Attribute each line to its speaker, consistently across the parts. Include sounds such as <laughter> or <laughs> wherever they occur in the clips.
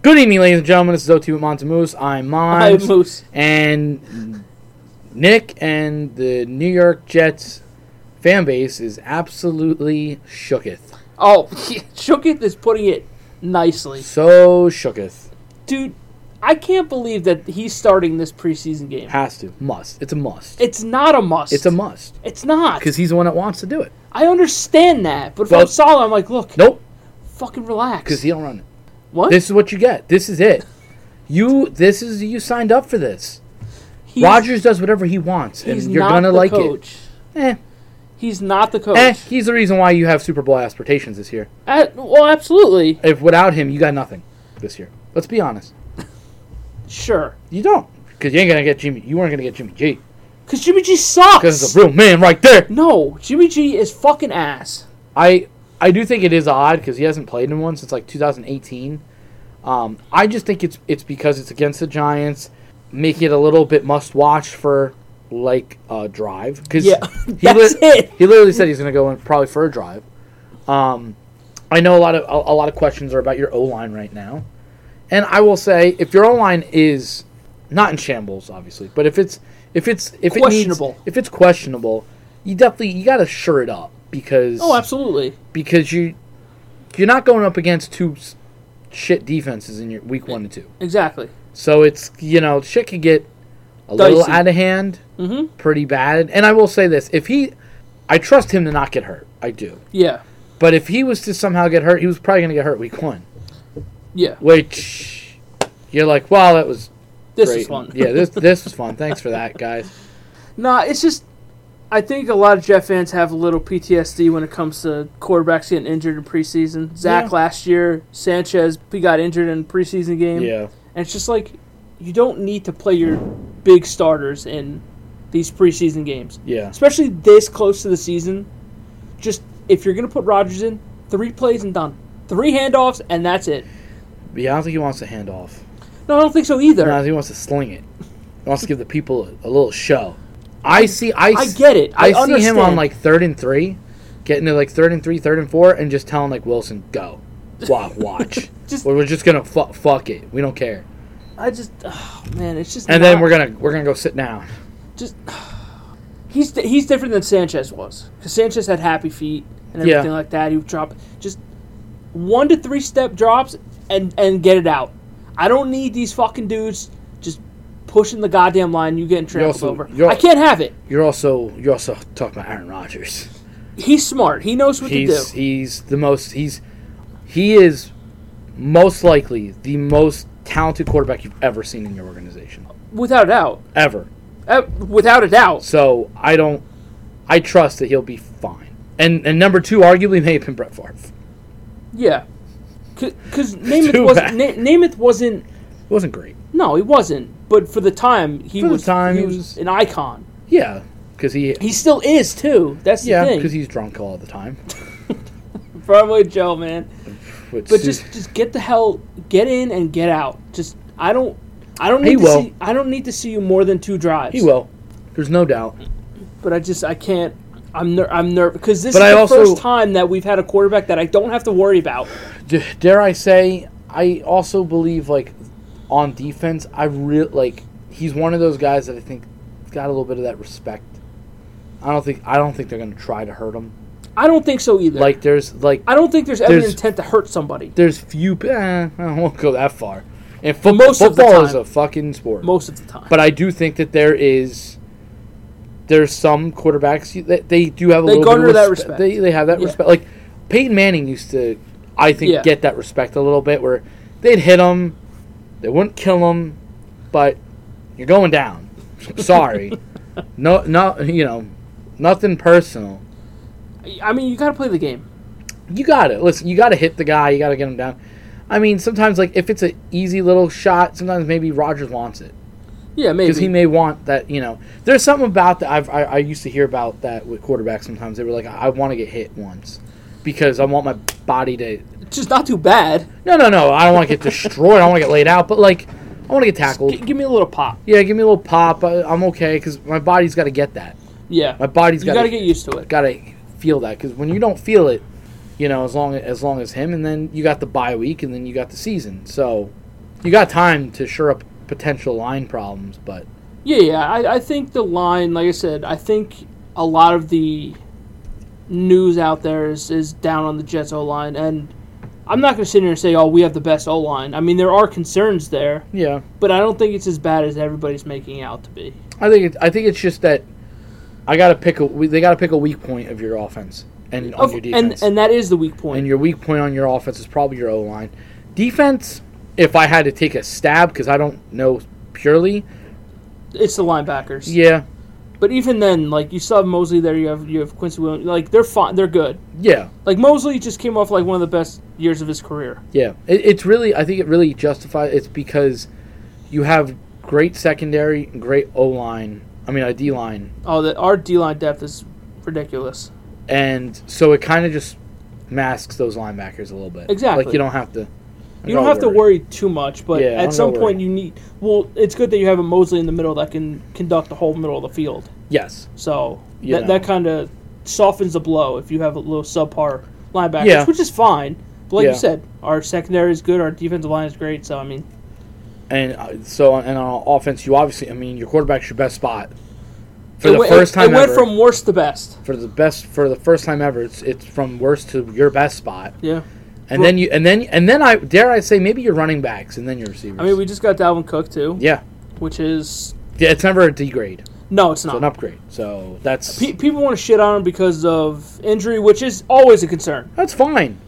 Speaker 1: Good evening, ladies and gentlemen. This is OT with Montemoose. I'm
Speaker 2: Hi,
Speaker 1: Mons.
Speaker 2: Moose.
Speaker 1: and Nick and the New York Jets fan base is absolutely shooketh.
Speaker 2: Oh, <laughs> Shooketh is putting it nicely.
Speaker 1: So shooketh.
Speaker 2: Dude, I can't believe that he's starting this preseason game.
Speaker 1: Has to. Must. It's a must.
Speaker 2: It's not a must.
Speaker 1: It's a must.
Speaker 2: It's not.
Speaker 1: Because he's the one that wants to do it.
Speaker 2: I understand that, but if
Speaker 1: Well-
Speaker 2: I'm Salah, I'm like, look,
Speaker 1: Nope.
Speaker 2: fucking relax.
Speaker 1: Because he'll run it.
Speaker 2: what?
Speaker 1: This is what you get. This is it. You. This is you signed up for this.
Speaker 2: he's,
Speaker 1: Rogers does whatever he wants, and
Speaker 2: he's
Speaker 1: you're
Speaker 2: not
Speaker 1: gonna
Speaker 2: the
Speaker 1: like
Speaker 2: coach.
Speaker 1: it. Eh,
Speaker 2: He's not the coach.
Speaker 1: eh, he's the reason why you have Super Bowl aspirations this year.
Speaker 2: Uh, well, absolutely.
Speaker 1: If without him, you got nothing this year. Let's be honest.
Speaker 2: Sure.
Speaker 1: You don't, because you ain't gonna get Jimmy. You weren't gonna get Jimmy G,
Speaker 2: Because Jimmy G sucks.
Speaker 1: because it's a real man right there.
Speaker 2: no, Jimmy G is fucking ass.
Speaker 1: I I do think it is odd because he hasn't played in one since like 2018. Um, I just think it's it's because it's against the Giants, making it a little bit must watch for like a drive. Cause
Speaker 2: Yeah,
Speaker 1: he
Speaker 2: <laughs> that's it.
Speaker 1: He literally said he's gonna go in probably for a drive. Um, I know a lot of a, a lot of questions are about your O line right now, and I will say if your O line is not in shambles, obviously, but if it's if it's if it needs-
Speaker 2: Questionable.
Speaker 1: if it's questionable, you definitely you gotta shore it up because
Speaker 2: Oh, absolutely.
Speaker 1: because you you're not going up against two s- shit defenses in your week one and two.
Speaker 2: Exactly.
Speaker 1: So it's you know shit could get a little
Speaker 2: Dicey.
Speaker 1: out of hand,
Speaker 2: hmm
Speaker 1: pretty bad. And I will say this: if he, I trust him to not get hurt. I do.
Speaker 2: Yeah.
Speaker 1: But if he was to somehow get hurt, he was probably going to get hurt week one.
Speaker 2: Yeah.
Speaker 1: Which you're like, wow, that was
Speaker 2: This
Speaker 1: great.
Speaker 2: is fun.
Speaker 1: yeah,
Speaker 2: <laughs>
Speaker 1: this this was fun. Thanks for that, guys.
Speaker 2: Nah, it's just I think a lot of Jet fans have a little PTSD when it comes to quarterbacks getting injured in preseason. Zach
Speaker 1: Yeah.
Speaker 2: last year, Sanchez, he got injured in preseason game.
Speaker 1: Yeah,
Speaker 2: And it's just like you don't need to play your big starters in these preseason games.
Speaker 1: yeah,
Speaker 2: Especially this close to the season. Just if you're gonna put Rodgers in, three plays and done. Three handoffs and that's it.
Speaker 1: yeah. I don't think he wants to hand off.
Speaker 2: No, I don't think so either.
Speaker 1: No, he wants to sling it. He wants to give the people a, a little show. I see. I,
Speaker 2: I
Speaker 1: s-
Speaker 2: get it. I,
Speaker 1: I, see him on
Speaker 2: understand.
Speaker 1: like third and three, getting to like third and three, third and four, and just telling like Wilson, go, watch, watch.
Speaker 2: <laughs> Just-
Speaker 1: we're, we're just gonna fu- fuck it. We don't care.
Speaker 2: I just oh, man, it's just
Speaker 1: And then
Speaker 2: not-
Speaker 1: we're gonna we're gonna go sit down.
Speaker 2: just <sighs> he's he's different than Sanchez was because Sanchez had happy feet and
Speaker 1: Yeah.
Speaker 2: everything like that. He would drop just one to three step drops and and get it out. I don't need these fucking dudes just pushing the goddamn line. You getting trampled
Speaker 1: also-
Speaker 2: over?
Speaker 1: you're-
Speaker 2: I can't have it.
Speaker 1: You're also you're also talking about Aaron Rodgers.
Speaker 2: He's smart. He knows what
Speaker 1: He's
Speaker 2: to do.
Speaker 1: he's the most he's he is most likely the most talented quarterback you've ever seen in your organization
Speaker 2: Without a doubt.
Speaker 1: ever.
Speaker 2: Uh, without a doubt.
Speaker 1: So I don't I trust that he'll be fine. And and number two arguably may have been Brett Favre.
Speaker 2: Yeah.
Speaker 1: <laughs>
Speaker 2: Because Namath
Speaker 1: Too
Speaker 2: wasn't.
Speaker 1: bad.
Speaker 2: Na- Namath wasn't.
Speaker 1: It wasn't great.
Speaker 2: No, he wasn't. But for the time, he
Speaker 1: For the
Speaker 2: was.
Speaker 1: time,
Speaker 2: he
Speaker 1: he
Speaker 2: was
Speaker 1: was-
Speaker 2: an icon.
Speaker 1: Yeah, because he
Speaker 2: He still is too. That's the
Speaker 1: yeah
Speaker 2: thing.
Speaker 1: because he's drunk all the time. <laughs>
Speaker 2: Broadway Joe, man.
Speaker 1: Which
Speaker 2: But just just get the hell get in and get out. Just I don't I don't
Speaker 1: He
Speaker 2: need to
Speaker 1: will.
Speaker 2: see I don't need to see you more than two drives.
Speaker 1: he will. There's no doubt.
Speaker 2: But I just I can't I'm ner- I'm nervous because this
Speaker 1: But
Speaker 2: is
Speaker 1: I
Speaker 2: the
Speaker 1: also-
Speaker 2: first time that we've had a quarterback that I don't have to worry about.
Speaker 1: D- dare I say, I also believe like on defense, I really like he's one of those guys that I think got a little bit of that respect. I don't think I don't think they're gonna try to hurt him.
Speaker 2: I don't think so either.
Speaker 1: Like there's like
Speaker 2: I don't think there's ever
Speaker 1: There's-
Speaker 2: an intent to hurt somebody
Speaker 1: there's few. Eh, I won't go that far. And fo-
Speaker 2: Most of the
Speaker 1: football is
Speaker 2: time.
Speaker 1: a fucking sport.
Speaker 2: most of the time.
Speaker 1: But I do think that there is there's some quarterbacks you- that they do have a
Speaker 2: They
Speaker 1: little bit
Speaker 2: garner
Speaker 1: of
Speaker 2: that
Speaker 1: respe-
Speaker 2: respect.
Speaker 1: They, they have that
Speaker 2: Yeah.
Speaker 1: respect. Like Peyton Manning used to, I think,
Speaker 2: Yeah.
Speaker 1: get that respect a little bit where they'd hit him, they wouldn't kill him, but you're going down. <laughs> Sorry, no, no, you know, nothing personal.
Speaker 2: I mean, you got to play the game.
Speaker 1: You got it. Listen, you got to hit the guy. You got to get him down. I mean, sometimes like if it's an easy little shot, sometimes maybe Rogers wants it.
Speaker 2: Yeah, maybe.
Speaker 1: because he may want that. You know, there's something about that. I've, I I used to hear about that with quarterbacks. Sometimes they were like, I want to get hit once because I want my body to.
Speaker 2: It's just not too bad.
Speaker 1: No, no, no. I don't want to get destroyed. I don't want to get laid out. But like, I want to get
Speaker 2: G-
Speaker 1: tackled.
Speaker 2: give me a little pop.
Speaker 1: Yeah, give me a little pop. I, I'm okay because my body's got to get that.
Speaker 2: Yeah.
Speaker 1: My body's
Speaker 2: You
Speaker 1: got
Speaker 2: got to
Speaker 1: to
Speaker 2: get used to it.
Speaker 1: got to feel that because when you don't feel it, you know, as long as long as him, and then you got the bye week, and then you got the season. So You got time to shore up potential line problems, but
Speaker 2: Yeah, yeah. I, I think the line, like I said, I think a lot of the news out there is, is down on the Jets O line. And I'm not going to sit here and say, oh, we have the best O line. I mean, there are concerns there,
Speaker 1: yeah,
Speaker 2: but I don't think it's as bad as everybody's making out to be.
Speaker 1: I think it, I think it's just that I got to pick a we- they got to pick a weak point of your offense and on
Speaker 2: Of-
Speaker 1: your
Speaker 2: and,
Speaker 1: defense.
Speaker 2: and that is the weak point.
Speaker 1: and your weak point on your offense is probably your O line. Defense, if I had to take a stab, because I don't know purely,
Speaker 2: it's the linebackers.
Speaker 1: yeah,
Speaker 2: But even then, like you still have Mosley there. You have you have Quincy Williams. Like they're fine. They're good.
Speaker 1: yeah,
Speaker 2: Like Mosley just came off like one of the best years of his career.
Speaker 1: yeah. It, it's really I think it really justifies. It's because you have great secondary, great O line. I mean, a D line,
Speaker 2: Oh, that our D line depth is ridiculous.
Speaker 1: and so it kind of just masks those linebackers a little bit.
Speaker 2: Exactly.
Speaker 1: Like you don't have to.
Speaker 2: You don't have to worry too much, but
Speaker 1: Yeah, I'm
Speaker 2: at some
Speaker 1: not
Speaker 2: point
Speaker 1: worried.
Speaker 2: you need. Well, it's good that you have a Mosley in the middle that can conduct the whole middle of the field.
Speaker 1: Yes.
Speaker 2: So
Speaker 1: You
Speaker 2: that,
Speaker 1: know.
Speaker 2: that kind of softens the blow if you have a little subpar linebackers,
Speaker 1: Yeah.
Speaker 2: which is fine. But like
Speaker 1: Yeah.
Speaker 2: you said, our secondary is good. Our defensive line is great. So I mean,
Speaker 1: And uh, so, and on offense, you obviously, I mean, your quarterback's your best spot. For
Speaker 2: it
Speaker 1: the
Speaker 2: went-
Speaker 1: first
Speaker 2: it-
Speaker 1: time
Speaker 2: it went
Speaker 1: ever,
Speaker 2: from worst to best.
Speaker 1: for the best, for the first time ever, it's it's from worst to your best spot,
Speaker 2: Yeah.
Speaker 1: and then you, and then, and then I dare I say maybe your running backs, and then your receivers.
Speaker 2: I mean, we just got Dalvin Cook too,
Speaker 1: yeah,
Speaker 2: which is
Speaker 1: yeah, it's never a degrade, it's
Speaker 2: no, it's not.
Speaker 1: an upgrade. So that's
Speaker 2: Pe- people want to shit on him because of injury, which is always a concern.
Speaker 1: that's fine,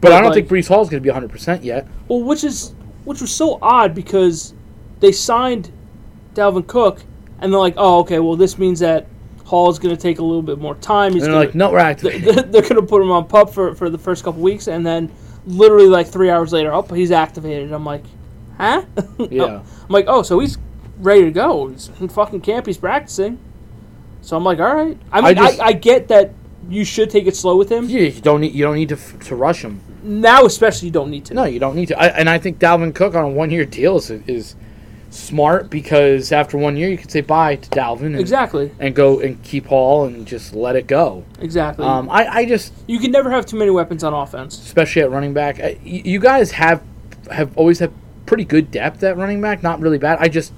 Speaker 1: but I don't think
Speaker 2: like-
Speaker 1: Brees Hall's going to be 100 percent yet.
Speaker 2: Well, which is which was so odd because they signed Dalvin Cook, and they're like, oh, okay, well, this means that Hall is going to take a little bit more time. He's
Speaker 1: And they're
Speaker 2: gonna,
Speaker 1: like, no, we're
Speaker 2: <laughs>
Speaker 1: activating.
Speaker 2: they're going to put him on pup for, for the first couple weeks, and then literally like three hours later, oh, he's activated. I'm like, huh? <laughs>
Speaker 1: Yeah.
Speaker 2: I'm like, oh, so he's ready to go. He's in fucking camp. He's practicing. So I'm like, all right. I mean, I,
Speaker 1: just-
Speaker 2: I, get that you should take it slow with him.
Speaker 1: Yeah, you don't need you don't need to f- to rush him.
Speaker 2: Now, especially, you don't need to.
Speaker 1: No, you don't need to. I, and I think Dalvin Cook on a one year deal is, is smart because after one year you could say bye to Dalvin and,
Speaker 2: Exactly.
Speaker 1: and go and keep Hall and just let it go.
Speaker 2: Exactly.
Speaker 1: Um, I, I just,
Speaker 2: you can never have too many weapons on offense.
Speaker 1: especially at running back, I, you you guys have have always had pretty good depth at running back, not really bad. I just,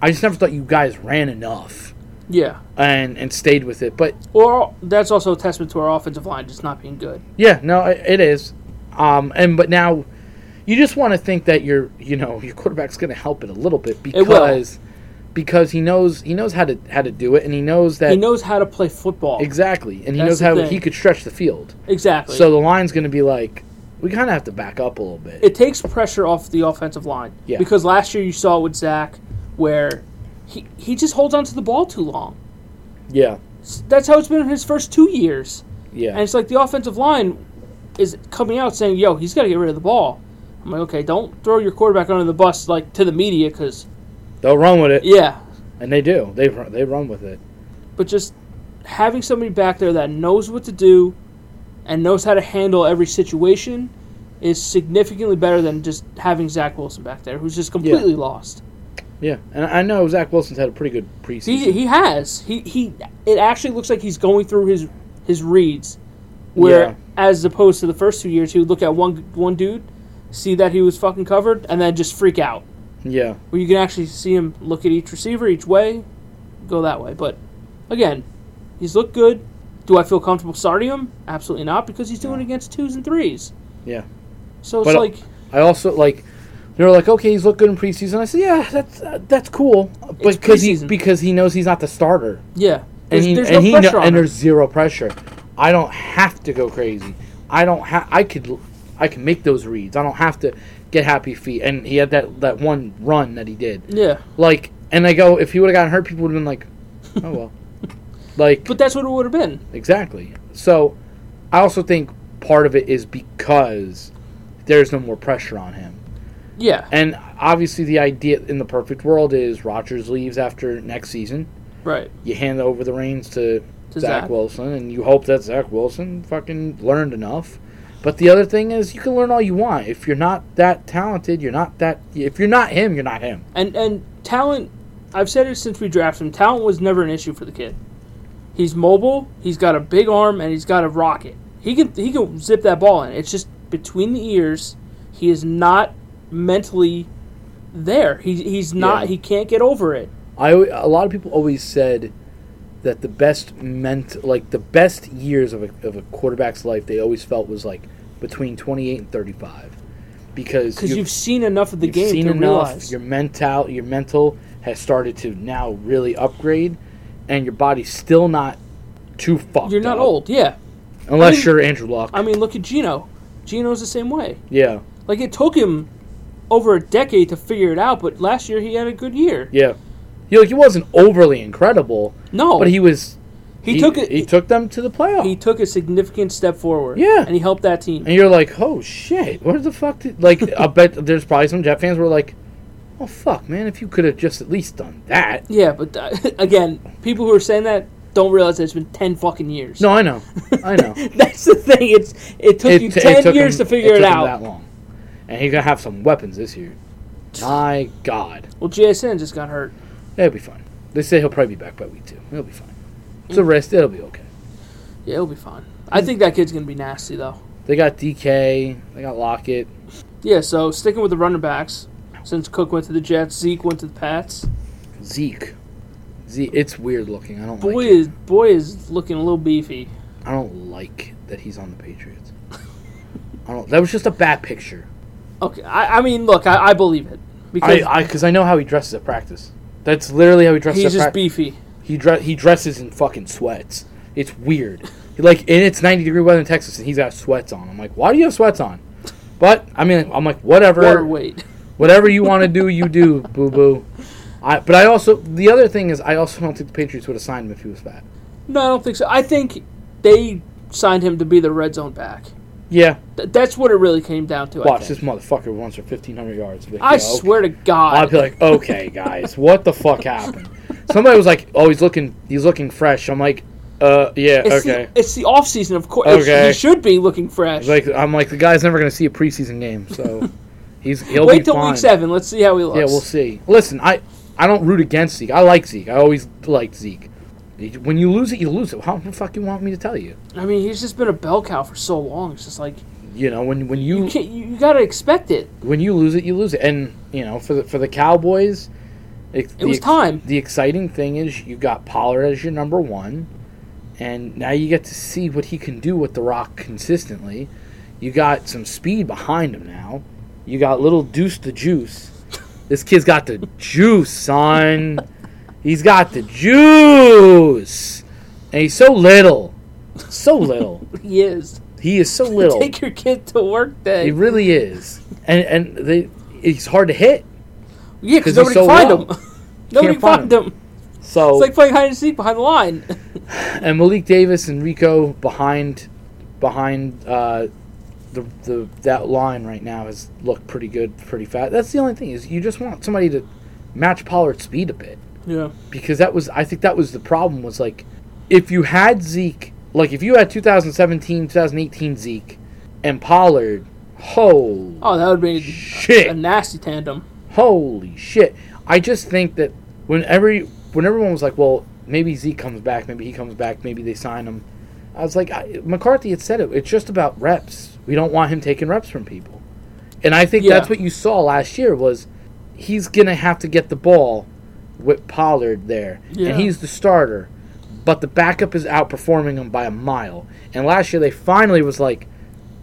Speaker 1: I just never thought you guys ran enough
Speaker 2: Yeah.
Speaker 1: and and stayed with it. But
Speaker 2: Or that's also a testament to our offensive line just not being good.
Speaker 1: Yeah, no, it it is. Um, and but now, you just want to think that your you know your quarterback's going to help it a little bit
Speaker 2: will.
Speaker 1: because because he knows he knows how to how to do it and he knows that
Speaker 2: He knows how to play football.
Speaker 1: exactly and he
Speaker 2: That's
Speaker 1: knows
Speaker 2: the
Speaker 1: how
Speaker 2: thing.
Speaker 1: he could stretch the field.
Speaker 2: exactly.
Speaker 1: So the line's going to be like we kind of have to back up a little bit.
Speaker 2: it takes pressure off the offensive line.
Speaker 1: Yeah.
Speaker 2: Because last year you saw with Zach where he, he just holds onto the ball too long.
Speaker 1: yeah,
Speaker 2: That's how it's been in his first two years.
Speaker 1: yeah,
Speaker 2: And it's like the offensive line is coming out saying, yo, he's got to get rid of the ball. I'm like, okay, don't throw your quarterback under the bus like to the media because,
Speaker 1: they'll run with it,
Speaker 2: yeah.
Speaker 1: and they do. They run, they run with it.
Speaker 2: But just having somebody back there that knows what to do and knows how to handle every situation is significantly better than just having Zach Wilson back there who's just completely lost.
Speaker 1: Yeah, and I know Zach Wilson's had a pretty good preseason.
Speaker 2: He, he has. He, he it actually looks like he's going through his his reads where
Speaker 1: Yeah.
Speaker 2: as opposed to the first two years he would look at one one dude, see that he was fucking covered and then just freak out.
Speaker 1: yeah,
Speaker 2: Where you can actually see him look at each receiver each way, go that way. But again, he's looked good. Do I feel comfortable starting him? Absolutely not because he's doing it against twos and threes.
Speaker 1: yeah.
Speaker 2: So it's
Speaker 1: But, uh,
Speaker 2: like
Speaker 1: I also like they were like, okay, he's looked good in preseason. I said, yeah, that's uh, that's cool, but because he
Speaker 2: preseason.
Speaker 1: because he knows he's not the starter,
Speaker 2: yeah.
Speaker 1: and
Speaker 2: There's,
Speaker 1: he
Speaker 2: there's
Speaker 1: and
Speaker 2: no
Speaker 1: he
Speaker 2: pressure
Speaker 1: kno-
Speaker 2: on
Speaker 1: and
Speaker 2: him.
Speaker 1: there's zero pressure. I don't have to go crazy. I don't have. I could l- I can make those reads. I don't have to get happy feet. And he had that that one run that he did.
Speaker 2: Yeah.
Speaker 1: Like, and I go, if he would have gotten hurt, people would have been like, oh well,
Speaker 2: <laughs>
Speaker 1: like
Speaker 2: But that's what it would have been.
Speaker 1: exactly. So, I also think part of it is because there's no more pressure on him.
Speaker 2: Yeah.
Speaker 1: And obviously, the idea in the perfect world is Rodgers leaves after next season.
Speaker 2: Right.
Speaker 1: You hand over the reins to,
Speaker 2: To
Speaker 1: Zach,
Speaker 2: Zach.
Speaker 1: Wilson, and you hope that Zach Wilson fucking learned enough. But the other thing is, you can learn all you want. If you're not that talented, you're not that. If you're not him, you're not him.
Speaker 2: And and talent, I've said it since we drafted him. Talent was never an issue for the kid. He's mobile. He's got a big arm and he's got a rocket. He can he can zip that ball in. It's just between the ears. He is not mentally there. He, he's not.
Speaker 1: Yeah.
Speaker 2: He can't get over it.
Speaker 1: I al- a lot of people always said that the best meant like the best years of a, of a quarterback's life they always felt was like between 28 and 35 because
Speaker 2: because you've, seen enough of the
Speaker 1: you've
Speaker 2: game
Speaker 1: seen
Speaker 2: to
Speaker 1: enough,
Speaker 2: realize.
Speaker 1: your mental your mental has started to now really upgrade and your body's still not too fucked
Speaker 2: You're not
Speaker 1: up.
Speaker 2: old, yeah.
Speaker 1: unless
Speaker 2: I mean-
Speaker 1: you're Andrew Luck
Speaker 2: I mean, look at Gino. Gino's the same way.
Speaker 1: yeah
Speaker 2: Like it took him over a decade to figure it out, but last year he had a good year.
Speaker 1: yeah he, like, he wasn't overly incredible
Speaker 2: No,
Speaker 1: but he was
Speaker 2: he, took it.
Speaker 1: he
Speaker 2: He,
Speaker 1: took them to the playoff
Speaker 2: took a significant step forward.
Speaker 1: Yeah.
Speaker 2: and he helped that team.
Speaker 1: And you're like, oh shit, where the fuck did
Speaker 2: <laughs>
Speaker 1: like I bet there's probably some Jet fans were like, Oh fuck, man, if you could have just at least done that.
Speaker 2: yeah, but uh, <laughs> again, people who are saying that don't realize that it's been ten fucking years. <laughs>
Speaker 1: No, I know. I know.
Speaker 2: that's the thing. It's it took you
Speaker 1: t-
Speaker 2: ten
Speaker 1: took
Speaker 2: years
Speaker 1: him-
Speaker 2: to figure
Speaker 1: it
Speaker 2: it,
Speaker 1: took him
Speaker 2: out.
Speaker 1: that long. And he's gonna have some weapons this year. My god.
Speaker 2: Well, JSN just got hurt.
Speaker 1: It'll be fine. They say he'll probably be back by week two. It'll be fine. It's
Speaker 2: Mm.
Speaker 1: a rest, it'll be okay.
Speaker 2: Yeah, it'll be fine. I think that kid's gonna be nasty though.
Speaker 1: They got DK, they got Lockett.
Speaker 2: Yeah, so sticking with the running backs, since Cook went to the Jets, Zeke went to the Pats.
Speaker 1: Zeke. Zeke it's weird looking. I don't
Speaker 2: Boy
Speaker 1: like it.
Speaker 2: is boy is looking a little beefy.
Speaker 1: I don't like that he's on the Patriots. I don't that was just a bad picture.
Speaker 2: Okay, I, I mean, look, I, I believe it because
Speaker 1: I because I, know how he dresses at practice. That's literally how he dresses.
Speaker 2: he's
Speaker 1: at
Speaker 2: just
Speaker 1: prac-
Speaker 2: beefy.
Speaker 1: he dre- he dresses in fucking sweats. It's weird. He, like and it's ninety degree weather in Texas, and he's got sweats on. I'm like, why do you have sweats on? But I mean, I'm like, whatever,
Speaker 2: Water weight. <laughs>
Speaker 1: whatever you want to do, you do, boo boo. I but I also the other thing is I also don't think the Patriots would have signed him if he was fat.
Speaker 2: No, I don't think so. I think they signed him to be the red zone back.
Speaker 1: Yeah,
Speaker 2: Th- that's what it really came down to.
Speaker 1: watch
Speaker 2: I,
Speaker 1: this
Speaker 2: think.
Speaker 1: motherfucker runs for fifteen hundred yards. Like, yeah,
Speaker 2: I
Speaker 1: okay.
Speaker 2: swear to
Speaker 1: I'd
Speaker 2: God,
Speaker 1: be like, okay, guys, what the fuck happened? Somebody was like, oh, he's looking, he's looking fresh. I'm like, uh, yeah,
Speaker 2: it's
Speaker 1: okay.
Speaker 2: the it's the off season, of course. It's-
Speaker 1: Okay.
Speaker 2: he should be looking fresh.
Speaker 1: Like, I'm like, the guy's never gonna see a preseason game,
Speaker 2: <laughs>
Speaker 1: so he's he'll be
Speaker 2: Wait till
Speaker 1: fine.
Speaker 2: week seven. Let's see how he looks.
Speaker 1: Yeah, we'll see. Listen, I I don't root against Zeke. I like Zeke. I always liked Zeke. When you lose it, you lose it. How the fuck you want me to tell you?
Speaker 2: I mean, he's just been a bell cow for so long. It's just like
Speaker 1: You know, when when
Speaker 2: you
Speaker 1: you
Speaker 2: can't, you, you gotta expect it. <laughs>
Speaker 1: when you lose it, you lose it. And you know, for the for the Cowboys, it,
Speaker 2: was time.
Speaker 1: The exciting thing is you got Pollard as your number one, and now you get to see what he can do with the rock consistently. You got some speed behind him now. You got little Deuce the Juice. This kid's got
Speaker 2: <laughs>
Speaker 1: the juice, son. He's got the juice, and he's so little, so little.
Speaker 2: He is.
Speaker 1: He is
Speaker 2: <laughs>
Speaker 1: so little.
Speaker 2: Take your kid to work day.
Speaker 1: He really is, and and they, he's hard to hit.
Speaker 2: yeah, because
Speaker 1: 'cause he's
Speaker 2: nobody
Speaker 1: so
Speaker 2: can find
Speaker 1: low.
Speaker 2: him. <laughs> nobody can
Speaker 1: find
Speaker 2: find him.
Speaker 1: So
Speaker 2: It's like playing hide and seek behind the line. <laughs>
Speaker 1: and Malik Davis and Rico behind behind uh, the the that line right now has looked pretty good, pretty fast. That's the only thing is you just want somebody to match Pollard's speed a bit
Speaker 2: yeah.
Speaker 1: because that was I think that was the problem was like if you had Zeke like if you had 2017 2018 Zeke and Pollard, holy
Speaker 2: Oh, that would be
Speaker 1: shit,
Speaker 2: a nasty tandem.
Speaker 1: Holy shit! I just think that whenever when everyone was like, "Well, maybe Zeke comes back, maybe he comes back, maybe they sign him," I was like, I, "McCarthy had said it. It's just about reps. We don't want him taking reps from people." And I think
Speaker 2: Yeah.
Speaker 1: that's what you saw last year was he's gonna have to get the ball with Pollard there,
Speaker 2: Yeah.
Speaker 1: and he's the starter, but the backup is outperforming him by a mile. And last year they finally was like.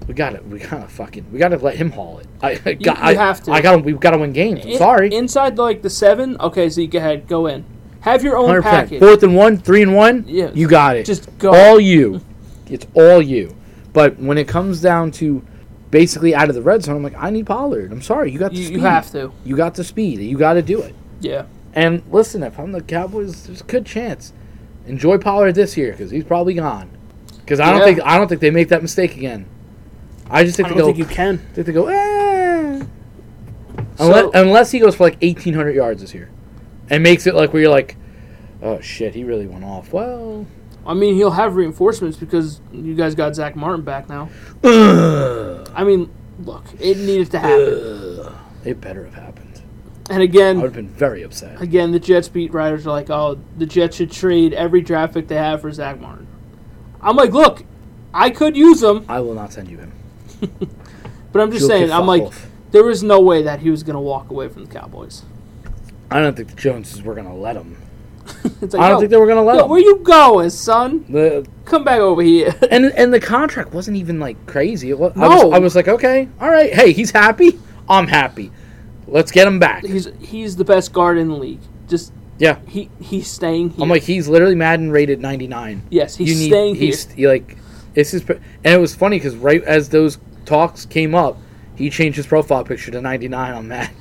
Speaker 1: We gotta, we gotta fucking, we gotta let him haul it. I, I got,
Speaker 2: you
Speaker 1: I
Speaker 2: have to.
Speaker 1: I gotta, we gotta win games. I'm
Speaker 2: In-
Speaker 1: sorry.
Speaker 2: Inside like the seven. Okay, Zeke, go ahead, go in. Have your own
Speaker 1: 100%.
Speaker 2: package.
Speaker 1: Fourth and one, three and one.
Speaker 2: Yeah.
Speaker 1: you got it.
Speaker 2: Just go.
Speaker 1: All
Speaker 2: <laughs>
Speaker 1: you. It's all you. But when it comes down to basically out of the red zone, I'm like, I need Pollard. I'm sorry, you got the
Speaker 2: you,
Speaker 1: speed.
Speaker 2: you have to.
Speaker 1: You got the speed. You got to do it.
Speaker 2: Yeah.
Speaker 1: And listen, if I'm the Cowboys, there's a good chance. Enjoy Pollard this year because he's probably gone. Because I don't
Speaker 2: Yeah.
Speaker 1: think I don't think they make that mistake again. I just think
Speaker 2: I
Speaker 1: they
Speaker 2: don't
Speaker 1: go.
Speaker 2: think you can.
Speaker 1: think they go. Eh.
Speaker 2: So-
Speaker 1: Unless, unless he goes for like 1,800 yards this year, and makes it like where you're like, oh shit, he really went off. Well,
Speaker 2: I mean, he'll have reinforcements because you guys got Zach Martin back now. I mean, look, it needed
Speaker 1: <sighs>
Speaker 2: to happen.
Speaker 1: it better have happened.
Speaker 2: And
Speaker 1: I would
Speaker 2: again,
Speaker 1: have been very upset.
Speaker 2: again, the Jets beat writers are like, oh, the Jets should trade every draft pick they have for Zach Martin. I'm like, look, I could use him,
Speaker 1: I will not send you him.
Speaker 2: but I'm just
Speaker 1: You'll
Speaker 2: saying,
Speaker 1: get
Speaker 2: I'm
Speaker 1: fuck
Speaker 2: like,
Speaker 1: off.
Speaker 2: There was no way that he was going to walk away from the Cowboys. <laughs>
Speaker 1: I don't think the Joneses were going to let him.
Speaker 2: It's
Speaker 1: I don't
Speaker 2: yo,
Speaker 1: think they were going to let
Speaker 2: yo,
Speaker 1: him.
Speaker 2: where you going, son?
Speaker 1: The
Speaker 2: Come back over here. <laughs>
Speaker 1: and and the contract wasn't even like crazy. It was, I,
Speaker 2: No.
Speaker 1: was, I was like, okay, all right, hey, he's happy. I'm happy. Let's get him back.
Speaker 2: he's he's the best guard in the league. Just
Speaker 1: Yeah.
Speaker 2: he he's staying here.
Speaker 1: I'm like, he's literally Madden rated 99.
Speaker 2: yes, he's
Speaker 1: you need,
Speaker 2: staying here.
Speaker 1: he's he, like, this is, and it was funny because right as those talks came up, he changed his profile picture to 99 on Madden.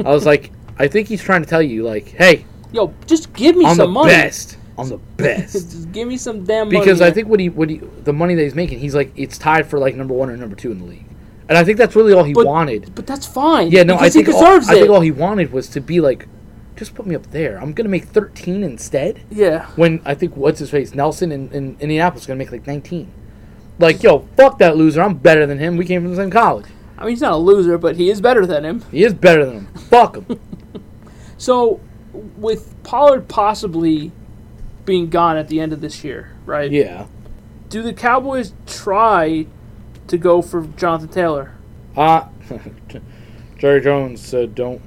Speaker 1: I was like, <laughs> I think he's trying to tell you, like, hey,
Speaker 2: Yo, just give me
Speaker 1: I'm
Speaker 2: some
Speaker 1: the
Speaker 2: money.
Speaker 1: best. I'm the best.
Speaker 2: <laughs> just give me some damn money.
Speaker 1: because I
Speaker 2: here.
Speaker 1: think what he what he the money that he's making, he's like it's tied for like number one or number two in the league, and I think that's really all he
Speaker 2: But-
Speaker 1: wanted.
Speaker 2: but that's fine.
Speaker 1: Yeah, no, I
Speaker 2: because
Speaker 1: think
Speaker 2: he deserves
Speaker 1: all, I
Speaker 2: it.
Speaker 1: think all he wanted was to be like, just put me up there. I'm gonna make 13 instead.
Speaker 2: yeah,
Speaker 1: When I think what's his face Nelson in, in Indianapolis is gonna make like 19. Like yo, fuck that loser. I'm better than him. We came from the same college.
Speaker 2: I mean he's not a loser, but he is better than him.
Speaker 1: He is better than him. Fuck
Speaker 2: <laughs>
Speaker 1: him.
Speaker 2: So, with Pollard possibly being gone at the end of this year, right?
Speaker 1: yeah.
Speaker 2: Do the Cowboys try to go for Jonathan Taylor?
Speaker 1: Uh, <laughs> Jerry Jones said, "Don't."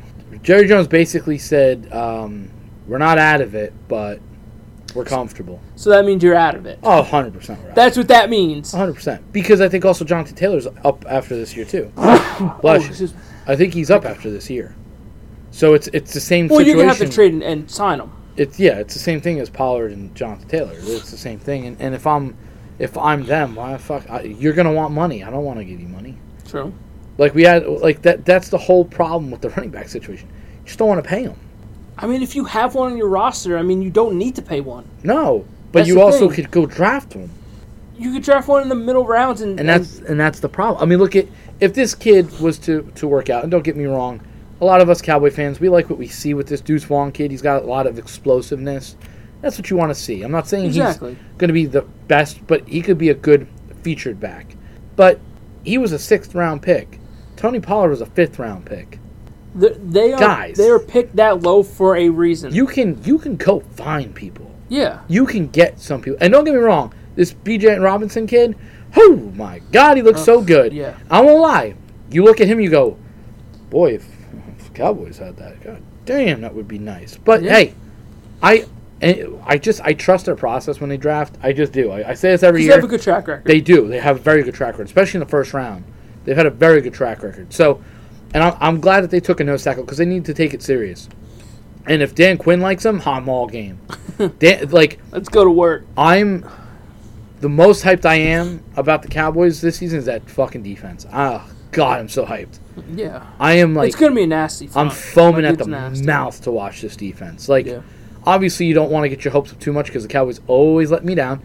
Speaker 1: Jerry Jones basically said, um, "We're not out of it, but we're comfortable."
Speaker 2: So that means you're out of it.
Speaker 1: Oh, 100 percent. We're out.
Speaker 2: That's what that means.
Speaker 1: 100 percent. Because I think also Jonathan Taylor's up after this year
Speaker 2: <coughs>
Speaker 1: too.
Speaker 2: Oh,
Speaker 1: Bless you.
Speaker 2: excuse me.
Speaker 1: I think he's up after this year. So it's it's the same
Speaker 2: well, you're
Speaker 1: situation.
Speaker 2: gonna have to trade and, and sign him.
Speaker 1: It's yeah, it's the same thing as Pollard and Jonathan Taylor. It's the same thing. And, and if I'm if I'm them, why the fuck? I, you're gonna want money. I don't want to give you money.
Speaker 2: True.
Speaker 1: Like we had like that. That's the whole problem with the running back situation. You just don't want to pay him.
Speaker 2: I mean, if you have one on your roster, I mean, you don't need to pay one.
Speaker 1: No, but
Speaker 2: That's
Speaker 1: you
Speaker 2: the
Speaker 1: also
Speaker 2: thing.
Speaker 1: could go draft him,
Speaker 2: You could draft one in the middle rounds, and,
Speaker 1: and that's and that's the problem. I mean, look at if this kid was to to work out, and don't get me wrong, a lot of us Cowboy fans we like what we see with this Deuce Vaughn kid. He's got a lot of explosiveness. That's what you want to see. I'm not saying
Speaker 2: Exactly.
Speaker 1: he's going to be the best, but he could be a good featured back. But he was a sixth round pick. Tony Pollard was a fifth round pick.
Speaker 2: th- they are
Speaker 1: Guys.
Speaker 2: they are picked that low for a reason.
Speaker 1: You can you can go find people.
Speaker 2: yeah.
Speaker 1: you can get some people. And don't get me wrong, this BJ Robinson kid, oh my God, he looks so good.
Speaker 2: yeah.
Speaker 1: I won't lie. You look at him, you go, boy, if, if the Cowboys had that, God damn, that would be nice. But
Speaker 2: Yeah.
Speaker 1: hey, I and I just I trust their process when they draft. I just do. I, I say this every
Speaker 2: Because they
Speaker 1: year.
Speaker 2: have a good track record.
Speaker 1: They do. They have a very good track record, especially in the first round. They've had a very good track record. So, and I'm, I'm glad that they took a nose tackle because they need to take it serious. And if Dan Quinn likes him, I'm all game.
Speaker 2: <laughs>
Speaker 1: Dan, like
Speaker 2: Let's go to work.
Speaker 1: I'm the most hyped I am about the Cowboys this season is that fucking defense. Ah, God, I'm so hyped.
Speaker 2: Yeah.
Speaker 1: I am like
Speaker 2: it's gonna be a nasty.
Speaker 1: I'm
Speaker 2: front.
Speaker 1: foaming
Speaker 2: Like,
Speaker 1: at
Speaker 2: it's
Speaker 1: the
Speaker 2: nasty.
Speaker 1: mouth to watch this defense. Like,
Speaker 2: Yeah.
Speaker 1: obviously, you don't want to get your hopes up too much because the Cowboys always let me down.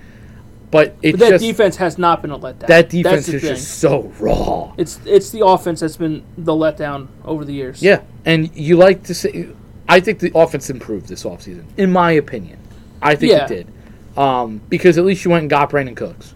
Speaker 1: But it's
Speaker 2: But that
Speaker 1: just
Speaker 2: defense has not been a letdown.
Speaker 1: that
Speaker 2: That's
Speaker 1: defense
Speaker 2: the
Speaker 1: is
Speaker 2: thing.
Speaker 1: just so raw.
Speaker 2: It's it's the offense that's been the letdown over the years.
Speaker 1: Yeah, and you like to say, I think the offense improved this offseason, in my opinion. I think
Speaker 2: Yeah.
Speaker 1: it did. Um, because at least you went and got Brandon Cooks.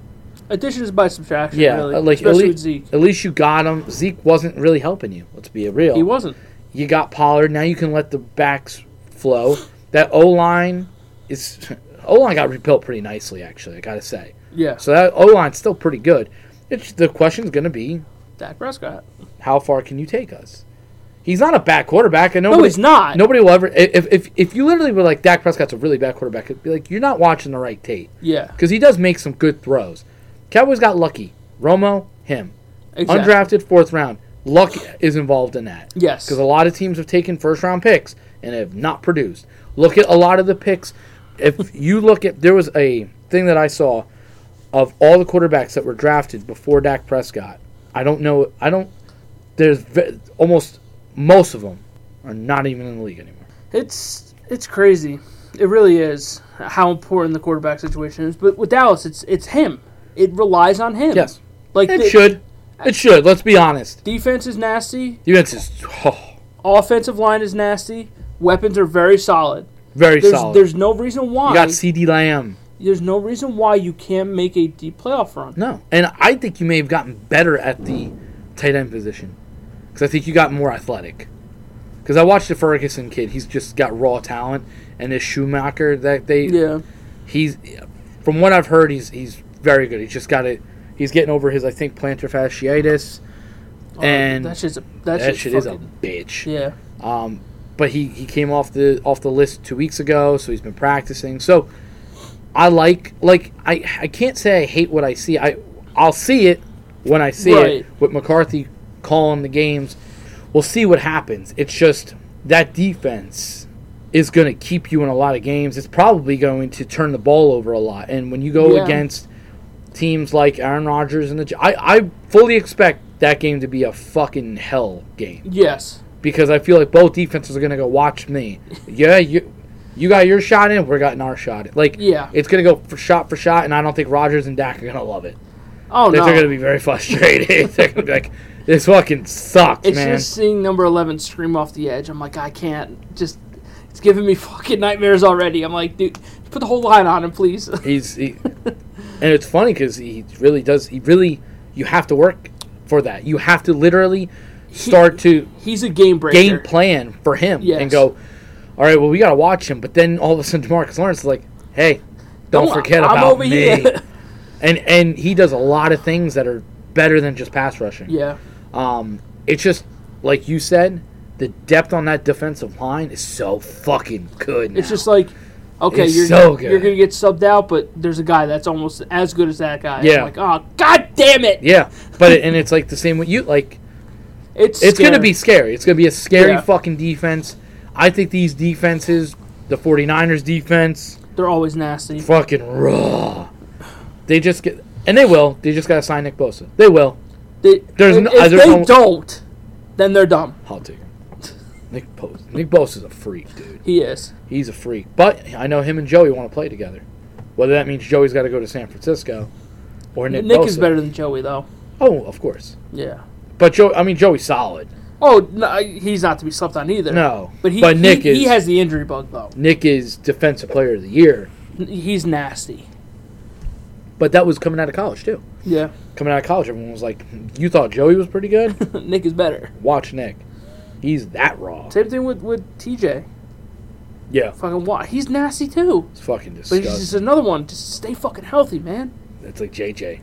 Speaker 2: Additions by subtraction.
Speaker 1: Yeah,
Speaker 2: Really.
Speaker 1: uh, like at
Speaker 2: especially with
Speaker 1: least,
Speaker 2: Zeke.
Speaker 1: at least you got him. Zeke wasn't really helping you. Let's be real.
Speaker 2: He wasn't.
Speaker 1: You got Pollard. Now you can let the backs flow. That O line is <laughs> O line got rebuilt pretty nicely. Actually, I gotta say.
Speaker 2: Yeah.
Speaker 1: So that O line's still pretty good. It's the question's gonna be
Speaker 2: Dak Prescott.
Speaker 1: how far can you take us? He's not a bad quarterback. And
Speaker 2: No,
Speaker 1: nobody,
Speaker 2: he's not.
Speaker 1: Nobody will ever. If, if if you literally were like Dak Prescott's a really bad quarterback, it'd be like you're not watching the right tape
Speaker 2: Yeah.
Speaker 1: because he does make some good throws. Cowboys got lucky. Romo, him,
Speaker 2: Exactly.
Speaker 1: undrafted fourth round. Luck is involved in that.
Speaker 2: Yes.
Speaker 1: because a lot of teams have taken first round picks and have not produced. Look at a lot of the picks.
Speaker 2: <laughs>
Speaker 1: If you look at there was a thing that I saw of all the quarterbacks that were drafted before Dak Prescott. I don't know. I don't. There's ve- almost most of them are not even in the league anymore.
Speaker 2: It's it's crazy. It really is how important the quarterback situation is. But with Dallas, it's it's him. It relies on him.
Speaker 1: Yes.
Speaker 2: Like
Speaker 1: It
Speaker 2: the
Speaker 1: should. It should. Let's be honest.
Speaker 2: defense is nasty.
Speaker 1: Defense is oh,
Speaker 2: Offensive line is nasty. Weapons are very solid.
Speaker 1: very
Speaker 2: There's
Speaker 1: solid.
Speaker 2: there's no reason why
Speaker 1: you got C.D. Lamb.
Speaker 2: there's no reason why you can't make a deep playoff run.
Speaker 1: No, and I think you may have gotten better at the tight end position because I think you got more athletic. Because I watched the Ferguson kid; he's just got raw talent, and this Schumacher that they
Speaker 2: Yeah.
Speaker 1: he's from what I've heard, he's he's very good. He's just got it. He's getting over his I think plantar fasciitis. And
Speaker 2: Oh, that shit's a,
Speaker 1: that,
Speaker 2: that,
Speaker 1: shit
Speaker 2: shit's
Speaker 1: is a
Speaker 2: fucking,
Speaker 1: bitch.
Speaker 2: yeah.
Speaker 1: Um, but he, he came off the off the list two weeks ago, so he's been practicing. So I like like I I can't say I hate what I see. I I'll see it when I see
Speaker 2: Right.
Speaker 1: it with McCarthy calling the games. We'll see what happens. It's just that defense is going to keep you in a lot of games. It's probably going to turn the ball over a lot, and when you go
Speaker 2: Yeah.
Speaker 1: against teams like Aaron Rodgers and the Gi- I I fully expect that game to be a fucking hell game
Speaker 2: Yes.
Speaker 1: because I feel like both defenses are going to go watch me. Yeah, you you got your shot in, we're getting our shot in. Like
Speaker 2: Yeah.
Speaker 1: it's going to go for shot for shot, and I don't think Rogers and Dak are going to love it.
Speaker 2: Oh
Speaker 1: They're
Speaker 2: no.
Speaker 1: going to be very <laughs> frustrated. They're going to be like, "This fucking sucks,
Speaker 2: it's
Speaker 1: man."
Speaker 2: just seeing number eleven scream off the edge. I'm like, I can't. Just it's giving me <laughs> fucking nightmares already. I'm like, dude, put the whole line on him, please. <laughs>
Speaker 1: He's he, and it's funny because he really does. He really you have to work for that. You have to literally start to
Speaker 2: He's a game breaker.
Speaker 1: game plan for him and
Speaker 2: Yes.
Speaker 1: go, all right, well, we got to watch him. But then all of a sudden, Demarcus Lawrence is like, hey, don't,
Speaker 2: Don't-
Speaker 1: forget
Speaker 2: I'm
Speaker 1: about
Speaker 2: over
Speaker 1: me.
Speaker 2: here. <laughs>
Speaker 1: and and he does a lot of things that are better than just pass rushing.
Speaker 2: Yeah.
Speaker 1: Um, it's just like you said, the depth on that defensive line is so fucking good.
Speaker 2: It's
Speaker 1: now.
Speaker 2: just like, okay,
Speaker 1: He's
Speaker 2: you're
Speaker 1: so good.
Speaker 2: you're gonna get subbed out, but there's a guy that's almost as good as that guy.
Speaker 1: Yeah.
Speaker 2: I'm like, oh god damn it!
Speaker 1: yeah, but it, and it's like the same with you. Like
Speaker 2: It's
Speaker 1: it's
Speaker 2: scary.
Speaker 1: gonna be scary. It's gonna be a scary
Speaker 2: Yeah.
Speaker 1: fucking defense. I think these defenses, the 49ers defense,
Speaker 2: they're always nasty.
Speaker 1: fucking raw. They just get, and they will. They just gotta sign Nick Bosa. They will.
Speaker 2: They,
Speaker 1: There's
Speaker 2: if
Speaker 1: no- uh,
Speaker 2: if
Speaker 1: there's
Speaker 2: they
Speaker 1: no-
Speaker 2: don't, then they're dumb.
Speaker 1: I'll take him. Nick Bosa. Nick Bosa's a freak, dude.
Speaker 2: He is.
Speaker 1: He's a freak. But I know him and Joey want to play together. Whether that means Joey's got to go to San Francisco, or Nick.
Speaker 2: Nick,
Speaker 1: Bosa.
Speaker 2: is better than Joey though.
Speaker 1: Oh, of course.
Speaker 2: Yeah.
Speaker 1: But Joe, I mean Joey's solid.
Speaker 2: Oh, no, he's not to be slept on either.
Speaker 1: No,
Speaker 2: But he
Speaker 1: but
Speaker 2: he-
Speaker 1: Nick is-
Speaker 2: he has the injury bug though.
Speaker 1: Nick is defensive player of the year.
Speaker 2: N- He's nasty.
Speaker 1: But that was coming out of college too.
Speaker 2: Yeah.
Speaker 1: Coming out of college, everyone was like, "You thought Joey was pretty
Speaker 2: <laughs>
Speaker 1: good?
Speaker 2: <laughs> Nick is better.
Speaker 1: Watch Nick. He's that raw."
Speaker 2: Same thing with with TJ.
Speaker 1: Yeah,
Speaker 2: Fucking what? He's nasty too.
Speaker 1: it's fucking
Speaker 2: But
Speaker 1: disgusting.
Speaker 2: he's just another one. Just stay fucking healthy, man.
Speaker 1: It's like JJ.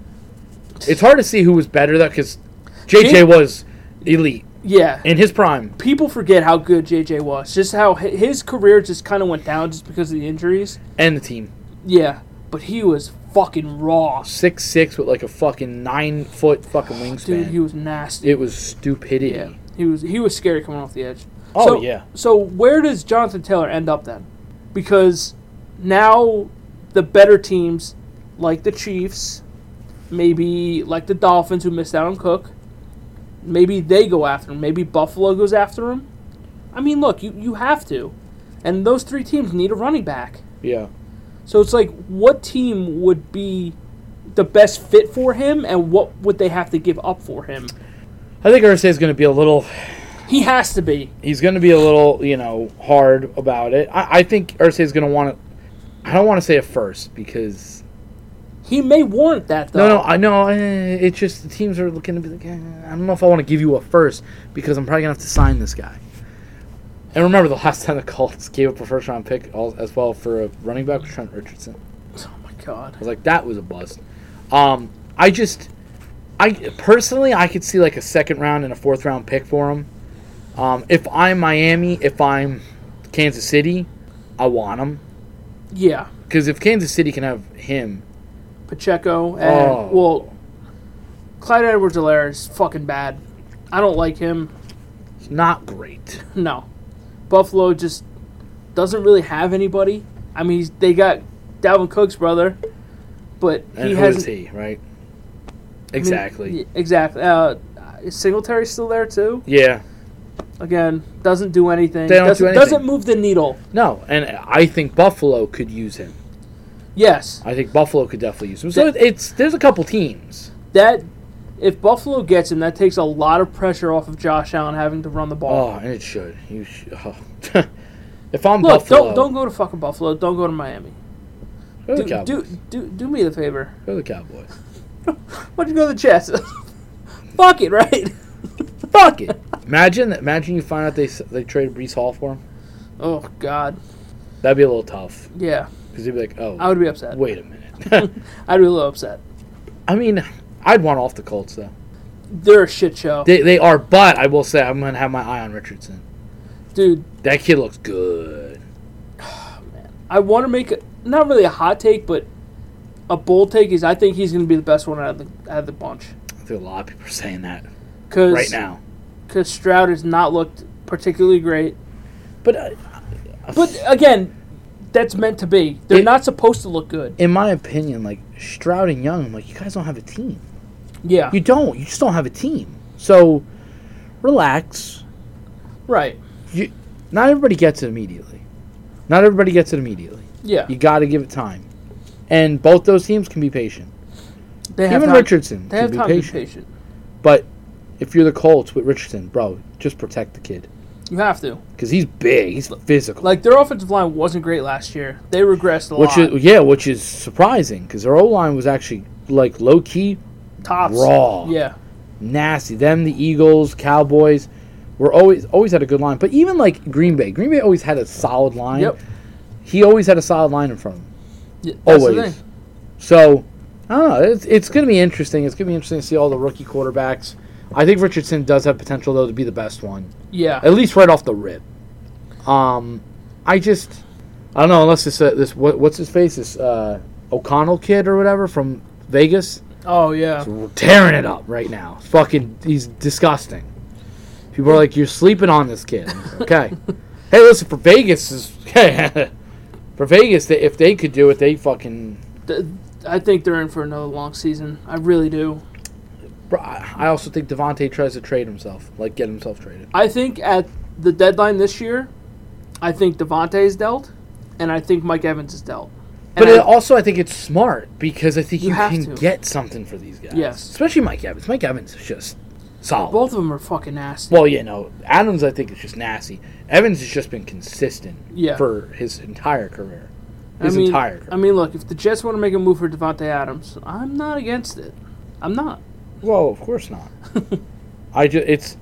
Speaker 1: It's hard to see who was better though, because JJ
Speaker 2: Jay-
Speaker 1: was elite
Speaker 2: Yeah.
Speaker 1: in his prime.
Speaker 2: people forget how good JJ was. Just how hi- his career just kind of went down just because of the injuries.
Speaker 1: And the team
Speaker 2: Yeah, but he was fucking raw.
Speaker 1: six six with like a fucking nine foot fucking wingspan.
Speaker 2: Dude, he was nasty.
Speaker 1: it was stupidity.
Speaker 2: yeah, he was he was scary coming off the edge.
Speaker 1: Oh,
Speaker 2: so,
Speaker 1: yeah.
Speaker 2: So where does Jonathan Taylor end up then? Because now the better teams like the Chiefs, maybe like the Dolphins who missed out on Cook, maybe they go after him. Maybe Buffalo goes after him. I mean, look, you, you have to. And those three teams need a running back.
Speaker 1: Yeah.
Speaker 2: So it's like, what team would be the best fit for him, and what would they have to give up for him?
Speaker 1: I think Ursay's going to be a little.
Speaker 2: He has to be.
Speaker 1: He's going to be a little, you know, hard about it. I, I think Ursay's going to want to. I don't want to say it first because
Speaker 2: He may warrant that though.
Speaker 1: No, no, I know. eh, It's just the teams are looking to be like, eh, I don't know if I want to give you a first because I'm probably gonna have to sign this guy. And remember, the last <laughs> time the Colts gave up a first round pick all, as well for a running back, was Trent Richardson.
Speaker 2: Oh my
Speaker 1: I
Speaker 2: god.
Speaker 1: was like, that was a bust. Um, I just, I personally, I could see like a second round and a fourth round pick for him. Um, if I'm Miami, if I'm Kansas City, I want him
Speaker 2: Yeah,
Speaker 1: because if Kansas City can have him,
Speaker 2: Pacheco and
Speaker 1: Oh.
Speaker 2: well, Clyde Edwards-Helaire is fucking bad. I don't like him.
Speaker 1: it's not great.
Speaker 2: No, Buffalo just doesn't really have anybody. I mean, he's, they got Dalvin Cook's brother, but
Speaker 1: And
Speaker 2: he
Speaker 1: who is
Speaker 2: hasn't.
Speaker 1: he, right?
Speaker 2: I mean,
Speaker 1: Exactly.
Speaker 2: y- exactly. Uh, is Singletary still there too?
Speaker 1: yeah.
Speaker 2: Again, doesn't do anything.
Speaker 1: They don't do
Speaker 2: doesn't,
Speaker 1: anything.
Speaker 2: doesn't move the needle.
Speaker 1: No, and I think Buffalo could use him.
Speaker 2: Yes,
Speaker 1: I think Buffalo could definitely use him. So it's there's a couple teams.
Speaker 2: that if Buffalo gets him, that takes a lot of pressure off of Josh Allen having to run the ball.
Speaker 1: Oh, and it should. You should <laughs> oh. if I'm
Speaker 2: Look,
Speaker 1: Buffalo,
Speaker 2: don't don't go to fucking Buffalo. Don't go to Miami.
Speaker 1: go to
Speaker 2: Do,
Speaker 1: the Cowboys.
Speaker 2: do, do, do me the favor.
Speaker 1: Go to the Cowboys.
Speaker 2: Why'd you go to the Jets? <laughs> Fuck it, right? <laughs>
Speaker 1: Fuck it. Imagine that. Imagine you find out they s- they traded Brees Hall for him.
Speaker 2: Oh God,
Speaker 1: That'd be a little tough
Speaker 2: yeah,
Speaker 1: because you'd be like, oh,
Speaker 2: I would be upset.
Speaker 1: wait a minute. <laughs>
Speaker 2: I'd be a little upset.
Speaker 1: I mean, I'd want off the Colts though.
Speaker 2: they're a shit show,
Speaker 1: They, they are, but I will say I'm gonna have my eye on Richardson.
Speaker 2: dude.
Speaker 1: That kid looks good.
Speaker 2: I want to make a, not really a hot take, but a bold take is I think he's going to be the best one out of the out of the bunch
Speaker 1: I think a lot of people are saying that
Speaker 2: because
Speaker 1: right now.
Speaker 2: because Stroud has not looked particularly great.
Speaker 1: But uh,
Speaker 2: But again, that's meant to be. They're
Speaker 1: It-
Speaker 2: not supposed to look good.
Speaker 1: in my opinion, like Stroud and Young, I'm like you guys don't have a team.
Speaker 2: Yeah,
Speaker 1: You don't. You just don't have a team. So relax.
Speaker 2: right.
Speaker 1: You, not everybody gets it immediately. Not everybody gets it immediately.
Speaker 2: Yeah,
Speaker 1: You got to give it time. And both those teams can be patient.
Speaker 2: they have
Speaker 1: Even
Speaker 2: time,
Speaker 1: Richardson
Speaker 2: They
Speaker 1: can
Speaker 2: have
Speaker 1: be
Speaker 2: time to be
Speaker 1: patient.
Speaker 2: patient.
Speaker 1: But if you're the Colts with Richardson, bro, just protect the kid
Speaker 2: You have to.
Speaker 1: because he's big. He's physical.
Speaker 2: Like their offensive line wasn't great last year. They regressed a
Speaker 1: which
Speaker 2: lot.
Speaker 1: is yeah, which is surprising because their O line was actually like low key
Speaker 2: Tops.
Speaker 1: raw.
Speaker 2: Yeah.
Speaker 1: nasty. Them, the Eagles, Cowboys, were always always had a good line. But even like Green Bay, Green Bay always had a solid line.
Speaker 2: Yep.
Speaker 1: He always had a solid line in front of him.
Speaker 2: Yeah, that's the
Speaker 1: Always.
Speaker 2: thing.
Speaker 1: So I don't know. It's it's gonna be interesting. It's gonna be interesting to see all the rookie quarterbacks. I think Richardson does have potential though to be the best one,
Speaker 2: Yeah.
Speaker 1: at least right off the rip. Um, I just I don't know unless this uh, this what, what's his face this uh, O'Connell kid or whatever from Vegas
Speaker 2: Oh yeah.
Speaker 1: tearing it up right now. Fucking, he's disgusting. People are like, "You're sleeping on this kid." I'm like, okay.
Speaker 2: <laughs>
Speaker 1: hey, listen, for Vegas is <laughs> for Vegas. They, if they could do it, they fucking.
Speaker 2: Th- I think they're in for another long season. I really do.
Speaker 1: Bro, I I also think Devontae tries to trade himself, like get himself traded.
Speaker 2: I think at the deadline this year, I think Devontae is dealt, and I think Mike Evans is dealt. And
Speaker 1: But it,
Speaker 2: I-
Speaker 1: also, I think it's smart because I think
Speaker 2: You
Speaker 1: you,
Speaker 2: have
Speaker 1: can
Speaker 2: to.
Speaker 1: get something for these guys.
Speaker 2: Yes.
Speaker 1: especially Mike Evans. Mike Evans is just solid.
Speaker 2: both of them are fucking nasty.
Speaker 1: Well, yeah, no. Adams, I think, is just nasty. Evans has just been consistent
Speaker 2: Yeah.
Speaker 1: for his entire career.
Speaker 2: I
Speaker 1: His
Speaker 2: mean,
Speaker 1: entire career.
Speaker 2: I mean, look, if the Jets want to make a move for Devontae Adams, I'm not against it. I'm not.
Speaker 1: Well, of course not. I just it's,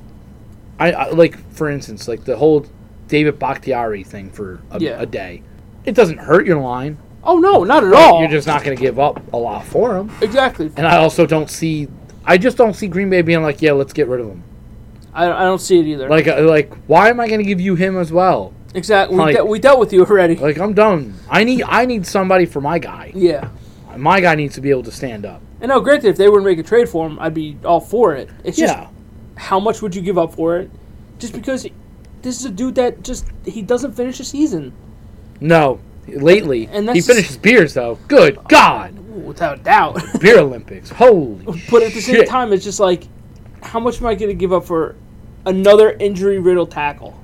Speaker 1: I, I like for instance like the whole David Bakhtiari thing for a,
Speaker 2: Yeah.
Speaker 1: a day. It doesn't hurt your line.
Speaker 2: Oh no, not at all.
Speaker 1: You're just not going to give up a lot for him.
Speaker 2: exactly.
Speaker 1: And I also don't see, I just don't see Green Bay being like, yeah, let's get rid of him.
Speaker 2: I, I don't see it either.
Speaker 1: Like, uh, like why am I going to give you him as well?
Speaker 2: exactly. We,
Speaker 1: like-
Speaker 2: de- we dealt with you already.
Speaker 1: Like I'm done. I need, I need somebody for my guy.
Speaker 2: yeah.
Speaker 1: My guy needs to be able to stand up.
Speaker 2: And no, granted, if they were to make a trade for him, I'd be all for it. It's just
Speaker 1: yeah.
Speaker 2: how much would you give up for it? Just because this is a dude that just he doesn't finish a season
Speaker 1: No. Lately,
Speaker 2: And
Speaker 1: he
Speaker 2: that's-
Speaker 1: finishes beers though. Good God,
Speaker 2: without a doubt. <laughs>
Speaker 1: beer Olympics. Holy.
Speaker 2: but at the same
Speaker 1: shit.
Speaker 2: time, it's just like, how much am I going to give up for another injury-riddled tackle?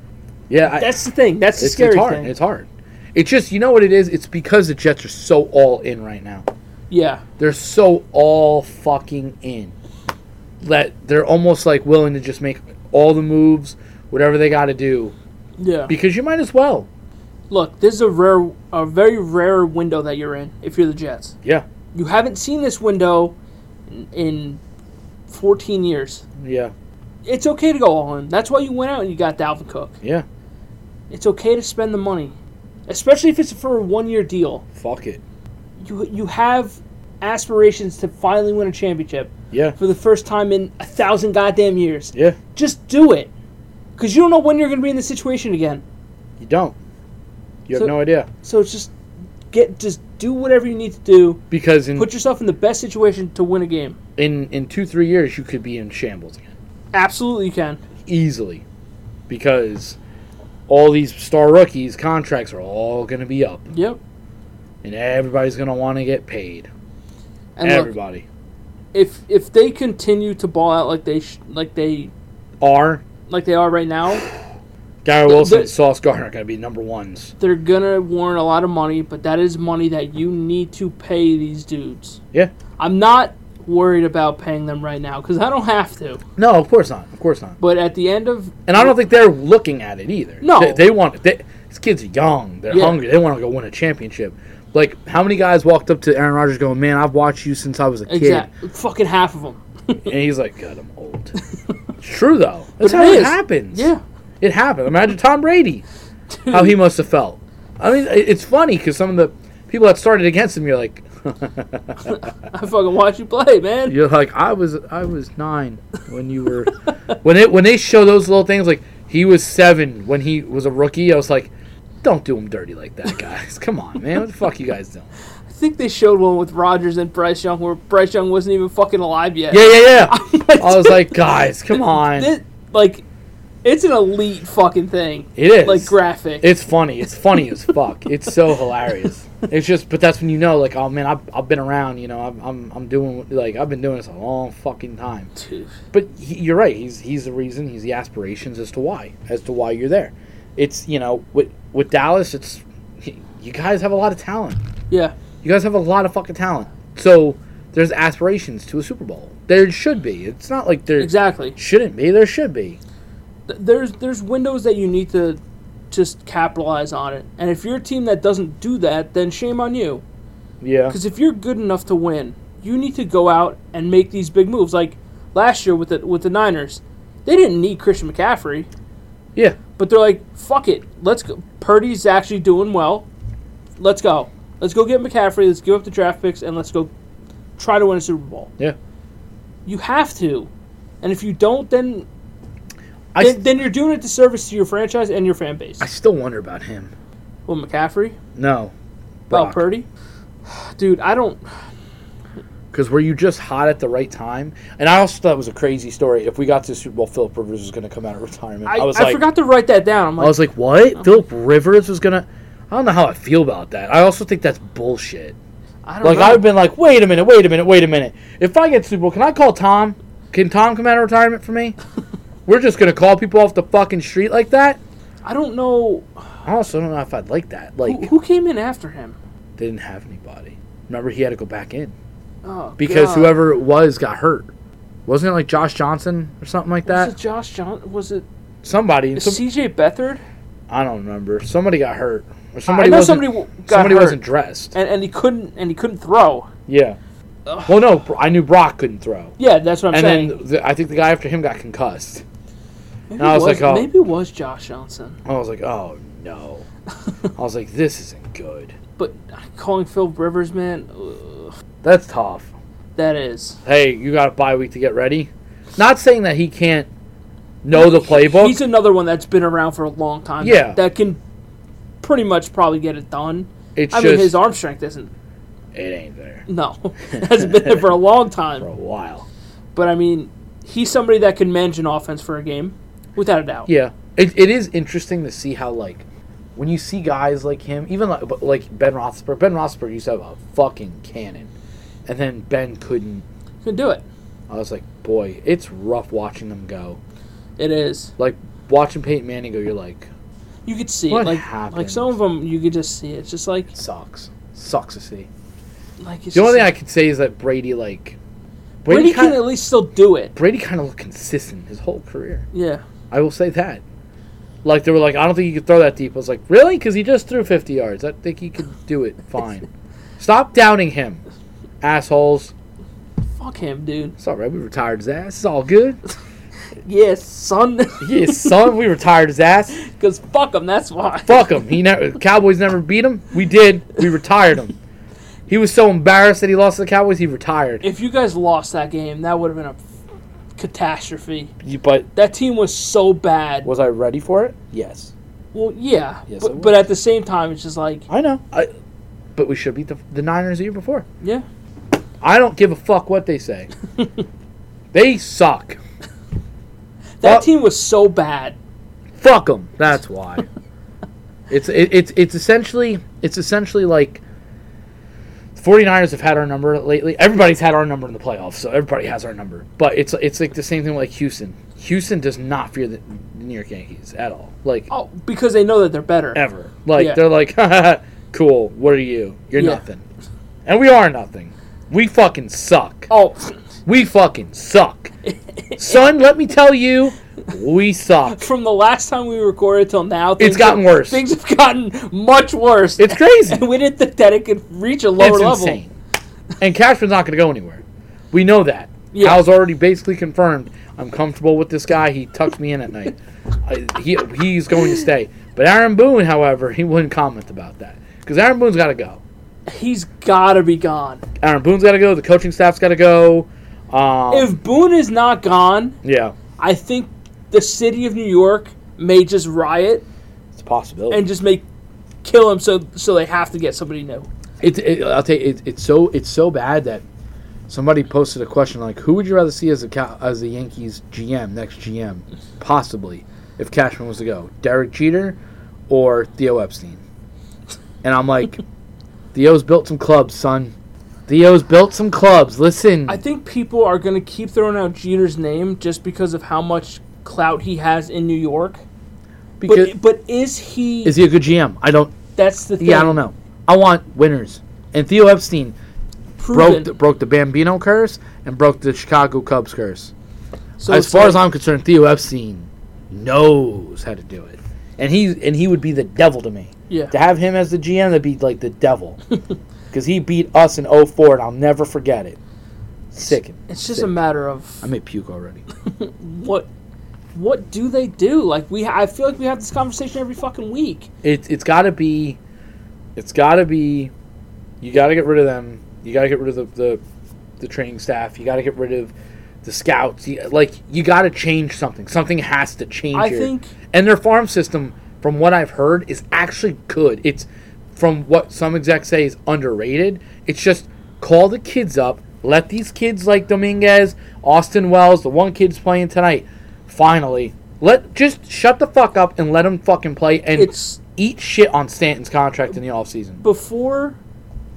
Speaker 1: Yeah, I-
Speaker 2: That's the thing. That's the
Speaker 1: it's,
Speaker 2: scary
Speaker 1: it's hard.
Speaker 2: thing.
Speaker 1: It's hard. It's just you know what it is. It's because the Jets are so all in right now.
Speaker 2: yeah,
Speaker 1: They're so all fucking in that they're almost like willing to just make all the moves, whatever they got to do,
Speaker 2: yeah.
Speaker 1: because you might as well.
Speaker 2: Look, this is a rare, a very rare window that you're in if you're the Jets.
Speaker 1: Yeah,
Speaker 2: You haven't seen this window in, in 14 years.
Speaker 1: yeah,
Speaker 2: It's okay to go all in. That's why you went out and you got Dalvin Cook.
Speaker 1: yeah.
Speaker 2: It's okay to spend the money, especially if it's for a one-year deal.
Speaker 1: Fuck it.
Speaker 2: You you have aspirations to finally win a championship
Speaker 1: Yeah,
Speaker 2: for the first time in a thousand goddamn years.
Speaker 1: yeah.
Speaker 2: Just do it, because you don't know when you're going to be in this situation again.
Speaker 1: You don't. You have
Speaker 2: So-
Speaker 1: no idea
Speaker 2: So it's just get just do whatever you need to do.
Speaker 1: because in
Speaker 2: Put yourself in the best situation to win a game.
Speaker 1: in in two three years you could be in shambles again
Speaker 2: Absolutely, you can.
Speaker 1: easily because all these star rookies contracts are all going to be up
Speaker 2: Yep.
Speaker 1: and everybody's going to want to get paid.
Speaker 2: And look,
Speaker 1: Everybody.
Speaker 2: if if they continue to ball out like they sh- like they
Speaker 1: Are
Speaker 2: like they are right now,
Speaker 1: Gary Wilson
Speaker 2: the-
Speaker 1: and Sauce Gardner are going to be number ones?
Speaker 2: they're gonna warrant a lot of money, but that is money that you need to pay these dudes.
Speaker 1: Yeah.
Speaker 2: I'm not worried about paying them right now because I don't have to.
Speaker 1: No, of course not. Of course not.
Speaker 2: But at the end of
Speaker 1: And I don't think they're looking at it either.
Speaker 2: No.
Speaker 1: They, they want. They, these kids are young. They're
Speaker 2: Yeah.
Speaker 1: hungry. They want to go win a championship. Like, how many guys walked up to Aaron Rodgers going, "Man, I've watched you since I was a kid,"
Speaker 2: exact fucking half of them.
Speaker 1: and he's like, "God, I'm old." it's true
Speaker 2: <laughs>
Speaker 1: though. That's
Speaker 2: it
Speaker 1: how it,
Speaker 2: is.
Speaker 1: happens.
Speaker 2: Yeah. <laughs>
Speaker 1: It happened. Imagine Tom Brady, how he must have felt. I mean, it- it's funny because some of the people that started against him, you're like,
Speaker 2: I fucking watch you play, man.
Speaker 1: You're like I was I was nine when you were <laughs> when it when they show those little things like he was seven when he was a rookie. I was like, don't do him dirty like that, guys. Come on, man. What the fuck you guys doing?
Speaker 2: I think they showed one with Rogers and Bryce Young where Bryce Young wasn't even fucking alive
Speaker 1: <laughs>
Speaker 2: yet. <laughs>
Speaker 1: Yeah, yeah, yeah. I was like, guys, come on.
Speaker 2: Thi- like, it's an elite fucking thing.
Speaker 1: It is.
Speaker 2: Like graphic.
Speaker 1: It's funny. It's funny as fuck. It's so hilarious. It's just, but that's when you know, like, oh man, I've, I've been around. You know, I'm, I'm I'm doing like I've been doing this a long fucking time.
Speaker 2: Dude,
Speaker 1: But he, you're right. He's he's the reason. He's the aspirations as to why as to why you're there. It's you know with with Dallas, it's you guys have a lot of talent.
Speaker 2: yeah.
Speaker 1: You guys have a lot of fucking talent. So there's aspirations to a Super Bowl. There should be. It's not like there
Speaker 2: Exactly.
Speaker 1: shouldn't be. There should be.
Speaker 2: Th- There's there's windows that you need to just capitalize on it. And if you're a team that doesn't do that, then shame on you.
Speaker 1: Yeah.
Speaker 2: Because if you're good enough to win, you need to go out and make these big moves. Like last year with the with the Niners, they didn't need Christian McCaffrey,
Speaker 1: Yeah.
Speaker 2: but they're like, "Fuck it, let's go." Purdy's actually doing well. Let's go. Let's go get McCaffrey. Let's give up the draft picks and let's go try to win a Super Bowl.
Speaker 1: Yeah.
Speaker 2: You have to, and if you don't, then
Speaker 1: I
Speaker 2: then, then you're doing a disservice to your franchise and your fan base.
Speaker 1: I still wonder about him.
Speaker 2: Well, McCaffrey,
Speaker 1: No.
Speaker 2: well,
Speaker 1: Brock.
Speaker 2: Purdy, dude, I don't.
Speaker 1: Because were you just hot at the right time? And I also thought it was a crazy story. If we got to the Super Bowl, Philip Rivers was going to come out of retirement.
Speaker 2: I,
Speaker 1: I, was
Speaker 2: I
Speaker 1: like,
Speaker 2: forgot to write that down. I'm
Speaker 1: I
Speaker 2: like,
Speaker 1: was like,
Speaker 2: Oh.
Speaker 1: what? Philip Rivers was going to. I don't know how I feel about that. I also think that's bullshit.
Speaker 2: I don't
Speaker 1: Like
Speaker 2: know.
Speaker 1: I've been like, wait a minute, wait a minute, wait a minute. If I get Super Bowl, can I call Tom? Can Tom come out of retirement for
Speaker 2: <laughs>
Speaker 1: me? We're just gonna call people off the fucking street like that.
Speaker 2: I don't know
Speaker 1: I also don't know if I'd like that. Like
Speaker 2: who, who came in after him.
Speaker 1: they didn't have anybody. Remember, he had to go back in
Speaker 2: Oh,
Speaker 1: because
Speaker 2: God.
Speaker 1: whoever it was got hurt. Wasn't it like Josh Johnson or something like
Speaker 2: was
Speaker 1: that?
Speaker 2: it, Josh John was it
Speaker 1: Somebody, some,
Speaker 2: C.J. Beathard?
Speaker 1: I don't remember. Somebody got hurt, or
Speaker 2: I
Speaker 1: somebody
Speaker 2: know
Speaker 1: wasn't.
Speaker 2: somebody w- got
Speaker 1: somebody
Speaker 2: hurt,
Speaker 1: wasn't dressed.
Speaker 2: and, and he couldn't and he couldn't throw.
Speaker 1: Yeah. Well, no, Bro- I knew Brock couldn't throw,
Speaker 2: Yeah, that's what I'm
Speaker 1: and
Speaker 2: saying.
Speaker 1: then the, I think the guy after him got concussed.
Speaker 2: maybe,
Speaker 1: I
Speaker 2: it
Speaker 1: was like, oh.
Speaker 2: maybe it was Josh Johnson,
Speaker 1: I was like, oh
Speaker 2: <laughs>
Speaker 1: no. I was like, this isn't good.
Speaker 2: but calling Phil Rivers, man, ugh,
Speaker 1: That's tough.
Speaker 2: that is.
Speaker 1: Hey, you got a bye week to get ready. Not saying that he can't know the playbook.
Speaker 2: He's another one that's been around for a long time.
Speaker 1: Yeah.
Speaker 2: that can pretty much probably get it done.
Speaker 1: it's
Speaker 2: I
Speaker 1: just
Speaker 2: mean, his arm strength isn't
Speaker 1: it ain't there
Speaker 2: no, <laughs> it hasn't been there for a long time.
Speaker 1: for a while.
Speaker 2: But I mean, he's somebody that can manage an offense for a game, without a doubt.
Speaker 1: Yeah, it, it is interesting to see how like when you see guys like him, even like but, like Ben Roethlisberger. Ben Roethlisberger used to have a fucking cannon, and then Ben couldn't.
Speaker 2: can do it.
Speaker 1: I was like, boy, it's rough watching them go.
Speaker 2: It is.
Speaker 1: Like watching Peyton Manning go, you're like,
Speaker 2: You could see
Speaker 1: What
Speaker 2: it. Like like
Speaker 1: happened?
Speaker 2: some of them, you could just see it. It's just like
Speaker 1: sucks, sucks to see.
Speaker 2: like it's
Speaker 1: The only
Speaker 2: just-
Speaker 1: thing I could say is that Brady, like
Speaker 2: Brady,
Speaker 1: Brady,
Speaker 2: can
Speaker 1: kind
Speaker 2: at
Speaker 1: of
Speaker 2: least still do it.
Speaker 1: Brady kind of looked consistent his whole career.
Speaker 2: Yeah,
Speaker 1: I will say that. Like they were like, I don't think you could throw that deep. I was like, really? Because he just threw 50 yards. I think he could do it fine. Stop doubting him, assholes.
Speaker 2: fuck him, dude.
Speaker 1: It's all right. We retired his ass. It's all good.
Speaker 2: Yes, son.
Speaker 1: Yeah, son, <laughs> we retired his ass.
Speaker 2: Because fuck him. That's why.
Speaker 1: Fuck him. He never. Cowboys never beat him. We did. We retired him. He was so embarrassed that he lost to the Cowboys. He retired.
Speaker 2: If you guys lost that game, that would have been a catastrophe.
Speaker 1: But
Speaker 2: That team was so bad.
Speaker 1: was I ready for it? Yes.
Speaker 2: Well, yeah,
Speaker 1: Yes, it
Speaker 2: but,
Speaker 1: was.
Speaker 2: but at the same time, it's just like
Speaker 1: I know. I, but we should beat the, the Niners the year before.
Speaker 2: yeah,
Speaker 1: I don't give a fuck what they say. <laughs> they suck.
Speaker 2: that
Speaker 1: Well-
Speaker 2: team was so bad.
Speaker 1: Fuck them. That's
Speaker 2: <laughs>
Speaker 1: why. it's it, it's it's essentially it's essentially like. the 49ers have had our number lately. Everybody's had our number in the playoffs, so everybody has our number. But it's it's like the same thing like Houston. Houston does not fear the New York Yankees at all. Like
Speaker 2: Oh, because they know that they're better.
Speaker 1: ever. Like
Speaker 2: Yeah.
Speaker 1: they're like, <laughs> cool. What are you? You're
Speaker 2: Yeah.
Speaker 1: nothing. And we are nothing. We fucking suck.
Speaker 2: Oh, <sniffs>
Speaker 1: We fucking
Speaker 2: <laughs>
Speaker 1: suck. Son, let me tell you, we suck.
Speaker 2: from the last time we recorded till now, things
Speaker 1: gotten
Speaker 2: have-
Speaker 1: worse.
Speaker 2: Things have gotten much worse.
Speaker 1: It's crazy.
Speaker 2: <laughs> and we didn't think that it could reach a lower
Speaker 1: it's
Speaker 2: level.
Speaker 1: insane. And Cashman's not going to go anywhere. We know that.
Speaker 2: Yeah.
Speaker 1: Al's already basically confirmed. I'm comfortable with this guy. He tucks me in at
Speaker 2: <laughs>
Speaker 1: night. I, he, he's going to stay. But Aaron Boone, however, he wouldn't comment about that because Aaron Boone's got to go.
Speaker 2: he's got to be gone.
Speaker 1: Aaron Boone's got to go. The coaching staff's got to go. Um,
Speaker 2: If Boone is not gone,
Speaker 1: yeah,
Speaker 2: I think the city of New York may just riot
Speaker 1: it's a possibility.
Speaker 2: and just make kill him. So so they have to get somebody new.
Speaker 1: it, it, I'll tell you, it, it's so it's so bad that somebody posted a question like, "Who would you rather see as a Cow- as the Yankees GM next GM, possibly if Cashman was to go, Derek Jeter or Theo Epstein?" And I'm like, <laughs> "Theo's built some clubs, son. Theo's built some clubs. Listen,
Speaker 2: I think people are going to keep throwing out Jeter's name just because of how much clout he has in New York.
Speaker 1: because
Speaker 2: But but is he?
Speaker 1: is he a good GM? I don't.
Speaker 2: that's the thing.
Speaker 1: Yeah, I don't know. I want winners. And Theo Epstein broke
Speaker 2: Proven.
Speaker 1: the, broke the Bambino curse and broke the Chicago Cubs curse."
Speaker 2: so
Speaker 1: as
Speaker 2: it's
Speaker 1: far as
Speaker 2: like-
Speaker 1: I'm concerned, Theo Epstein knows how to do it, and he and he would be the devil to me.
Speaker 2: yeah.
Speaker 1: To have him as the GM, that'd be like the <laughs> devil, because he beat us in 04, and I'll never forget it. Sick.
Speaker 2: It's just a matter of
Speaker 1: I may puke already.
Speaker 2: what what do they do? Like we, I feel like we have this conversation every fucking week.
Speaker 1: It, it's got to be, it's got to be, you got to get rid of them. You got to get rid of the, the, the training staff. You got to get rid of the scouts. You, like you got to change something. Something has to change.
Speaker 2: I
Speaker 1: here.
Speaker 2: think
Speaker 1: and their farm system from what i've heard is actually good it's from what some execs say is underrated it's just call the kids up let these kids like dominguez austin wells the one kid's playing tonight finally let just shut the fuck up and let them fucking play and
Speaker 2: it's
Speaker 1: eat shit on stanton's contract in the offseason
Speaker 2: before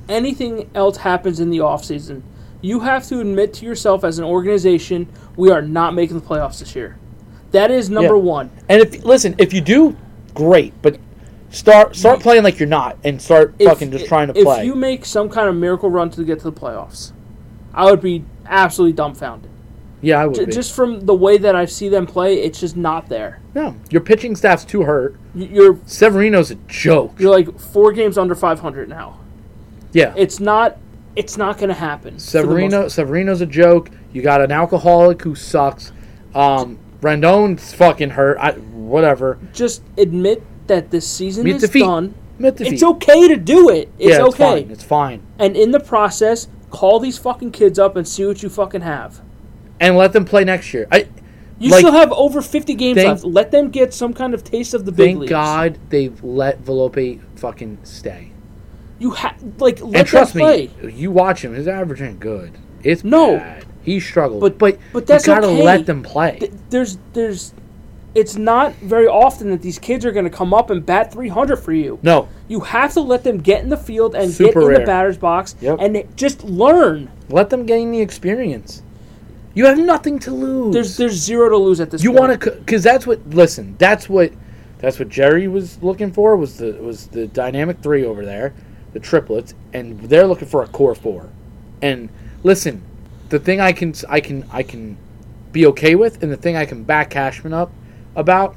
Speaker 2: anything else happens in the offseason, you have to admit to yourself as an organization, we are not making the playoffs this year. That is number
Speaker 1: Yeah.
Speaker 2: one.
Speaker 1: and if listen if you do great but start start playing like you're not and start
Speaker 2: If-
Speaker 1: fucking just trying to
Speaker 2: if
Speaker 1: play
Speaker 2: you make some kind of miracle run to get to the playoffs, I would be absolutely dumbfounded.
Speaker 1: yeah i would
Speaker 2: J-
Speaker 1: be.
Speaker 2: Just from the way that I see them play, it's just not there.
Speaker 1: no your pitching staff's too hurt
Speaker 2: Y- You're
Speaker 1: severino's a joke
Speaker 2: you're like four games under 500 now.
Speaker 1: yeah
Speaker 2: It's not it's not going to happen. for the most
Speaker 1: Severino Severino's a joke. You got an alcoholic who sucks. Um, Rendon's fucking hurt. I, whatever.
Speaker 2: just admit that this season
Speaker 1: Meet
Speaker 2: is
Speaker 1: the feet.
Speaker 2: done.
Speaker 1: Admit defeat.
Speaker 2: It's okay to do it. It's
Speaker 1: yeah,
Speaker 2: okay.
Speaker 1: It's fine. It's fine.
Speaker 2: And in the process, call these fucking kids up and see what you fucking have.
Speaker 1: And let them play next year. I
Speaker 2: You
Speaker 1: Like-
Speaker 2: still have over 50 games
Speaker 1: Thank-
Speaker 2: left. Let them get some kind of taste of the big
Speaker 1: thank
Speaker 2: leagues.
Speaker 1: God they've let Velope fucking stay.
Speaker 2: You ha- like let
Speaker 1: and trust
Speaker 2: them play.
Speaker 1: me, you watch him. His average ain't good. It's
Speaker 2: No.
Speaker 1: bad. He struggled.
Speaker 2: But-
Speaker 1: But but
Speaker 2: but that's
Speaker 1: you gotta
Speaker 2: okay.
Speaker 1: let them play.
Speaker 2: Th- There's there's it's not very often that these kids are going to come up and bat 300 for you.
Speaker 1: no,
Speaker 2: You have to let them get in the field and
Speaker 1: Super
Speaker 2: get in the
Speaker 1: rare.
Speaker 2: batter's box
Speaker 1: Yep.
Speaker 2: and just learn.
Speaker 1: let them gain the experience. You have nothing to lose.
Speaker 2: There's there's zero to lose at this
Speaker 1: You
Speaker 2: point.
Speaker 1: want to, because that's what. Listen, that's what, that's what Jerry was looking for was the was the dynamic three over there, the triplets, and they're looking for a core four. And listen, the thing I can I can I can be okay with, and the thing I can back Cashman up about,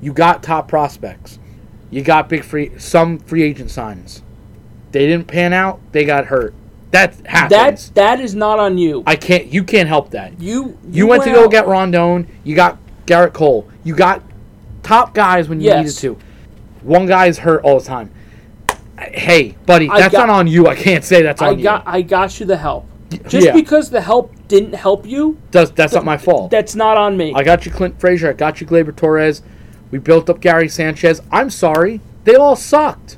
Speaker 1: you got top prospects, you got big free some free agent signs. They didn't pan out. They got hurt. That
Speaker 2: That
Speaker 1: happens.
Speaker 2: that is not on you.
Speaker 1: I can't. You can't help that.
Speaker 2: you
Speaker 1: You went to go
Speaker 2: out-
Speaker 1: get Rondon. You got Garrett Cole. You got top guys when you
Speaker 2: Yes.
Speaker 1: needed to. One guy is hurt all the time. Hey, buddy,
Speaker 2: I
Speaker 1: that's
Speaker 2: got-
Speaker 1: not on you. I can't say that's on
Speaker 2: I got
Speaker 1: you.
Speaker 2: I got you the help. Just
Speaker 1: yeah.
Speaker 2: because the help didn't help you,
Speaker 1: That's, that's
Speaker 2: <laughs>
Speaker 1: not my fault.
Speaker 2: that's not on me.
Speaker 1: I got you Clint Frazier. I got you Glaber Torres. We built up Gary Sanchez. I'm sorry. They all sucked.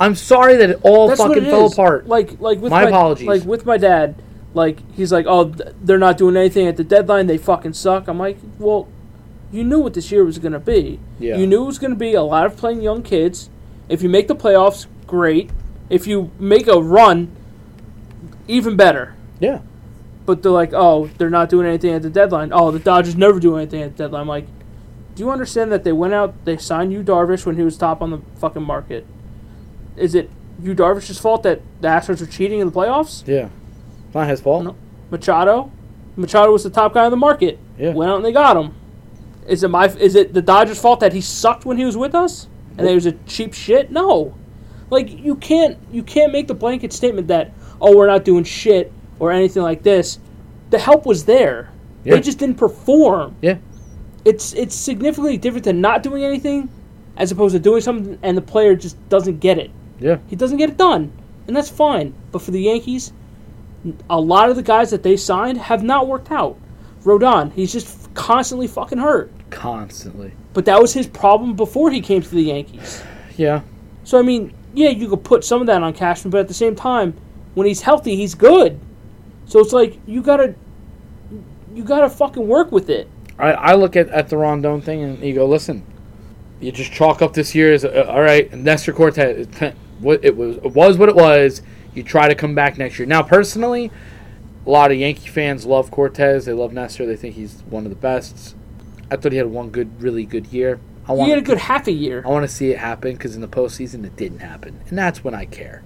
Speaker 1: I'm sorry that it all
Speaker 2: that's
Speaker 1: fucking
Speaker 2: what it
Speaker 1: fell
Speaker 2: is.
Speaker 1: apart.
Speaker 2: Like like with my,
Speaker 1: My apologies.
Speaker 2: Like with my dad, like he's like, oh, th- they're not doing anything at the deadline. They fucking suck. I'm like, well, you knew what this year was gonna be.
Speaker 1: Yeah.
Speaker 2: You knew it was gonna be a lot of playing young kids. If you make the playoffs, great. If you make a run, even better.
Speaker 1: yeah.
Speaker 2: but they're like, oh, they're not doing anything at the deadline. Oh, the Dodgers never do anything at the deadline. I'm like, do you understand that they went out, they signed you Darvish when he was top on the fucking market? Is it you Darvish's fault that the Astros were cheating in the playoffs?
Speaker 1: Yeah. It's not his fault.
Speaker 2: No. Machado, Machado was the top guy on the market.
Speaker 1: Yeah.
Speaker 2: Went out and they got him. Is it my? Is it the Dodgers' fault that he sucked when he was with us and that he was a cheap shit? No, like you can't you can't make the blanket statement that oh we're not doing shit or anything like this. The help was there.
Speaker 1: Yeah.
Speaker 2: They just didn't perform.
Speaker 1: Yeah.
Speaker 2: It's it's significantly different than not doing anything as opposed to doing something and the player just doesn't get it.
Speaker 1: Yeah.
Speaker 2: He doesn't get it done. and that's fine. But for the Yankees, a lot of the guys that they signed have not worked out. Rodon, he's just constantly fucking hurt.
Speaker 1: Constantly.
Speaker 2: But that was his problem before he came to the Yankees.
Speaker 1: Yeah.
Speaker 2: So I mean, yeah, you could put some of that on Cashman, but at the same time, when he's healthy, he's good. So it's like you gotta, you gotta fucking work with it.
Speaker 1: I, I look at, at the Rondon thing and you go, listen, you just chalk up this year as uh, all right. Nestor Cortez, it- what it was it was what it was. You try to come back next year. Now, personally, a lot of Yankee fans love Cortez. They love Nestor. They think he's one of the best. I thought he had one good, really good year. I
Speaker 2: He had a
Speaker 1: want
Speaker 2: good half a year.
Speaker 1: I want to see it happen because in the postseason it didn't happen, and that's when I care.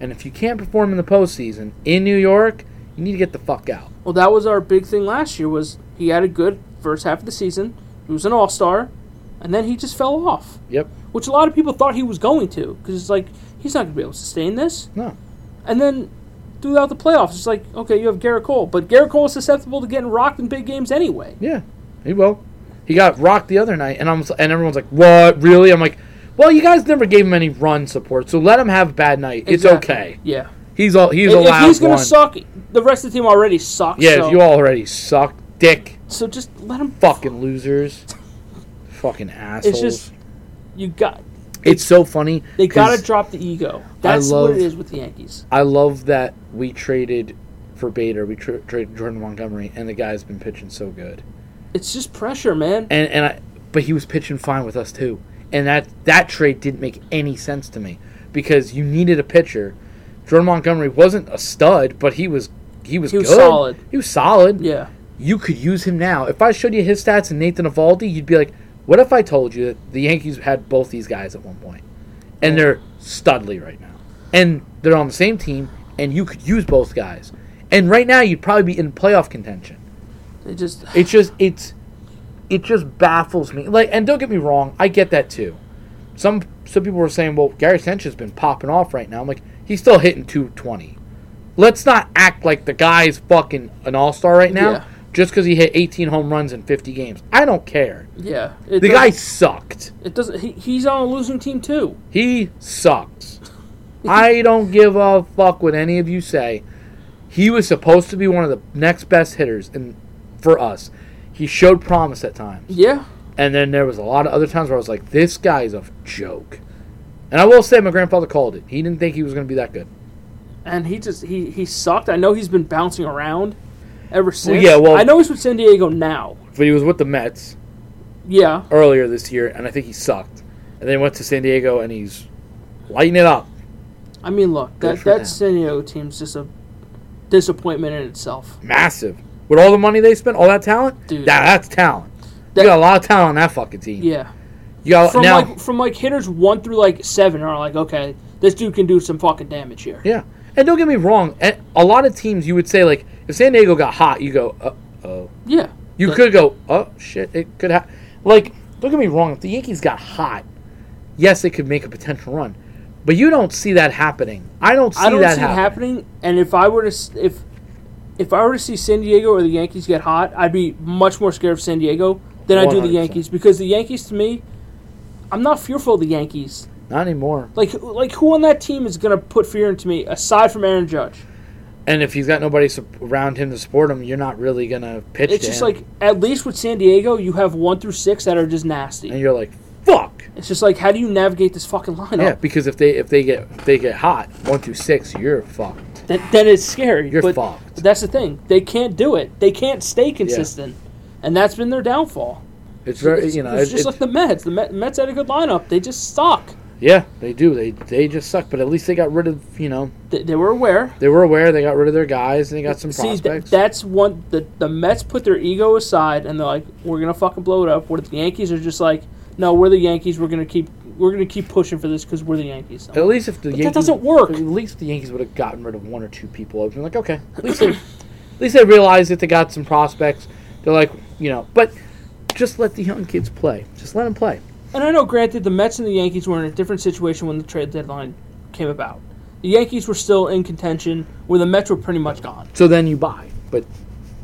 Speaker 1: And if you can't perform in the postseason in New York, you need to get the fuck out.
Speaker 2: Well, that was our big thing last year. Was he had a good first half of the season? He was an all star, and then he just fell off,
Speaker 1: Yep.
Speaker 2: which a lot of people thought he was going to, because it's like he's not gonna be able to sustain this.
Speaker 1: No.
Speaker 2: And then throughout the playoffs, it's like okay, you have Garrett Cole, but Garrett Cole is susceptible to getting rocked in big games anyway.
Speaker 1: Yeah, he will. He got rocked the other night, and I'm and everyone's like, "What? Really?" I'm like, "Well, you guys never gave him any run support, so let him have a bad night. It's
Speaker 2: Exactly.
Speaker 1: okay.
Speaker 2: Yeah.
Speaker 1: He's all he's
Speaker 2: If-
Speaker 1: allowed
Speaker 2: if he's gonna
Speaker 1: one.
Speaker 2: suck, the rest of the team already sucks.
Speaker 1: yeah,
Speaker 2: so,
Speaker 1: you already suck, dick,
Speaker 2: so just let him.
Speaker 1: fucking losers, fucking assholes.
Speaker 2: It's
Speaker 1: It's
Speaker 2: just you got
Speaker 1: so funny.
Speaker 2: they
Speaker 1: 'cause
Speaker 2: gotta drop the ego. That's
Speaker 1: love-
Speaker 2: what it is with the Yankees.
Speaker 1: I love that we traded for Bader. We tra- traded Jordan Montgomery, and the guy's been pitching so good.
Speaker 2: It's just pressure, man.
Speaker 1: and and I, but he was pitching fine with us too, and that that trade didn't make any sense to me because you needed a pitcher. Jordan Montgomery wasn't a stud, but he was he was
Speaker 2: He was
Speaker 1: good.
Speaker 2: solid.
Speaker 1: He was solid.
Speaker 2: Yeah.
Speaker 1: You could use him now. If I showed you his stats and Nathan Avaldi, you'd be like, "What if I told you that the Yankees had both these guys at one point, and they're studly right now, and they're on the same team, and you could use both guys, and right now you'd probably be in playoff contention."
Speaker 2: They just
Speaker 1: It's just it's it just baffles me. Like, and don't get me wrong, I get that too. Some some people were saying, "Well, Gary Sanchez has been popping off right now." I'm like, he's still hitting 220. Let's not act like the guy's fucking an all star right now
Speaker 2: Yeah.
Speaker 1: just because he hit 18 home runs in 50 games. I don't care.
Speaker 2: yeah. It
Speaker 1: The
Speaker 2: doesn't-
Speaker 1: guy sucked.
Speaker 2: It doesn't. He, he's on a losing team too.
Speaker 1: He sucks. I don't give a fuck what any of you say. He was supposed to be one of the next best hitters in, for us. He showed promise at times.
Speaker 2: Yeah.
Speaker 1: And then there was a lot of other times where I was like, this guy is a joke. And I will say my grandfather called it. He didn't think he was going to be that good.
Speaker 2: And he just he he sucked. I know he's been bouncing around ever since.
Speaker 1: yeah, well-
Speaker 2: I know he's with San Diego now.
Speaker 1: But he was with the Mets
Speaker 2: Yeah.
Speaker 1: earlier this year, and I think he sucked. And then he went to San Diego, and he's lighting it up.
Speaker 2: I mean, look,
Speaker 1: Good
Speaker 2: that
Speaker 1: for them.
Speaker 2: that San Diego team's just a disappointment in itself.
Speaker 1: Massive. With all the money they spent, all that talent,
Speaker 2: Dude.
Speaker 1: Nah, that's talent.
Speaker 2: That-
Speaker 1: you got a lot of talent on that fucking team.
Speaker 2: Yeah.
Speaker 1: You got,
Speaker 2: From
Speaker 1: now,
Speaker 2: like from like hitters one through like seven are like okay, this dude can do some fucking damage here.
Speaker 1: Yeah, and don't get me wrong. a- A lot of teams, you would say like, if San Diego got hot, you go, uh oh.
Speaker 2: Yeah.
Speaker 1: You
Speaker 2: But-
Speaker 1: could go, oh shit, it could happen. Like, don't get me wrong, if the Yankees got hot, yes, they could make a potential run, but you don't see that happening. I don't see
Speaker 2: I don't
Speaker 1: that
Speaker 2: see
Speaker 1: happen.
Speaker 2: it happening. And if I were to s- if if I were to see San Diego or the Yankees get hot, I'd be much more scared of San Diego than I do the
Speaker 1: 100%.
Speaker 2: Yankees because the Yankees to me, I'm not fearful of the Yankees.
Speaker 1: Not anymore.
Speaker 2: Like like who on that team is gonna put fear into me aside from Aaron Judge?
Speaker 1: And if he's got nobody sup- around him to support him, you're not really gonna pitch.
Speaker 2: It's
Speaker 1: to
Speaker 2: just
Speaker 1: him.
Speaker 2: like at least with San Diego, you have one through six that are just
Speaker 1: and
Speaker 2: nasty.
Speaker 1: you're like, fuck.
Speaker 2: It's just like how do you navigate this fucking lineup?
Speaker 1: Yeah, because if they if they get if they get hot, one through six, you're fucked.
Speaker 2: That that is scary.
Speaker 1: You're
Speaker 2: but
Speaker 1: fucked.
Speaker 2: That's the thing. They can't do it. They can't stay consistent, and that's been their downfall.
Speaker 1: It's very you know.
Speaker 2: it's
Speaker 1: it-
Speaker 2: just
Speaker 1: it-
Speaker 2: like the Mets. The Met, Mets had a good lineup. They just suck.
Speaker 1: yeah, they do. They they just suck. But at least they got rid of you know
Speaker 2: They, they were aware.
Speaker 1: they were aware. They got rid of their guys and they got some
Speaker 2: See, th-
Speaker 1: prospects.
Speaker 2: that's one. The the Mets put their ego aside and they're like, we're gonna fucking blow it up. Where the Yankees are just like, no, we're the Yankees. We're gonna keep we're gonna keep pushing for this because we're the Yankees.
Speaker 1: At least if the
Speaker 2: But that
Speaker 1: Yankees,
Speaker 2: doesn't work.
Speaker 1: At least the Yankees would have gotten rid of one or two people. I've been like, okay. At least, they, at least they realized that they got some prospects. They're like, you know, but just let the young kids play. Just let them play.
Speaker 2: And I know, granted, the Mets and the Yankees were in a different situation when the trade deadline came about. The Yankees were still in contention, where the Mets were pretty much gone.
Speaker 1: So then you buy, but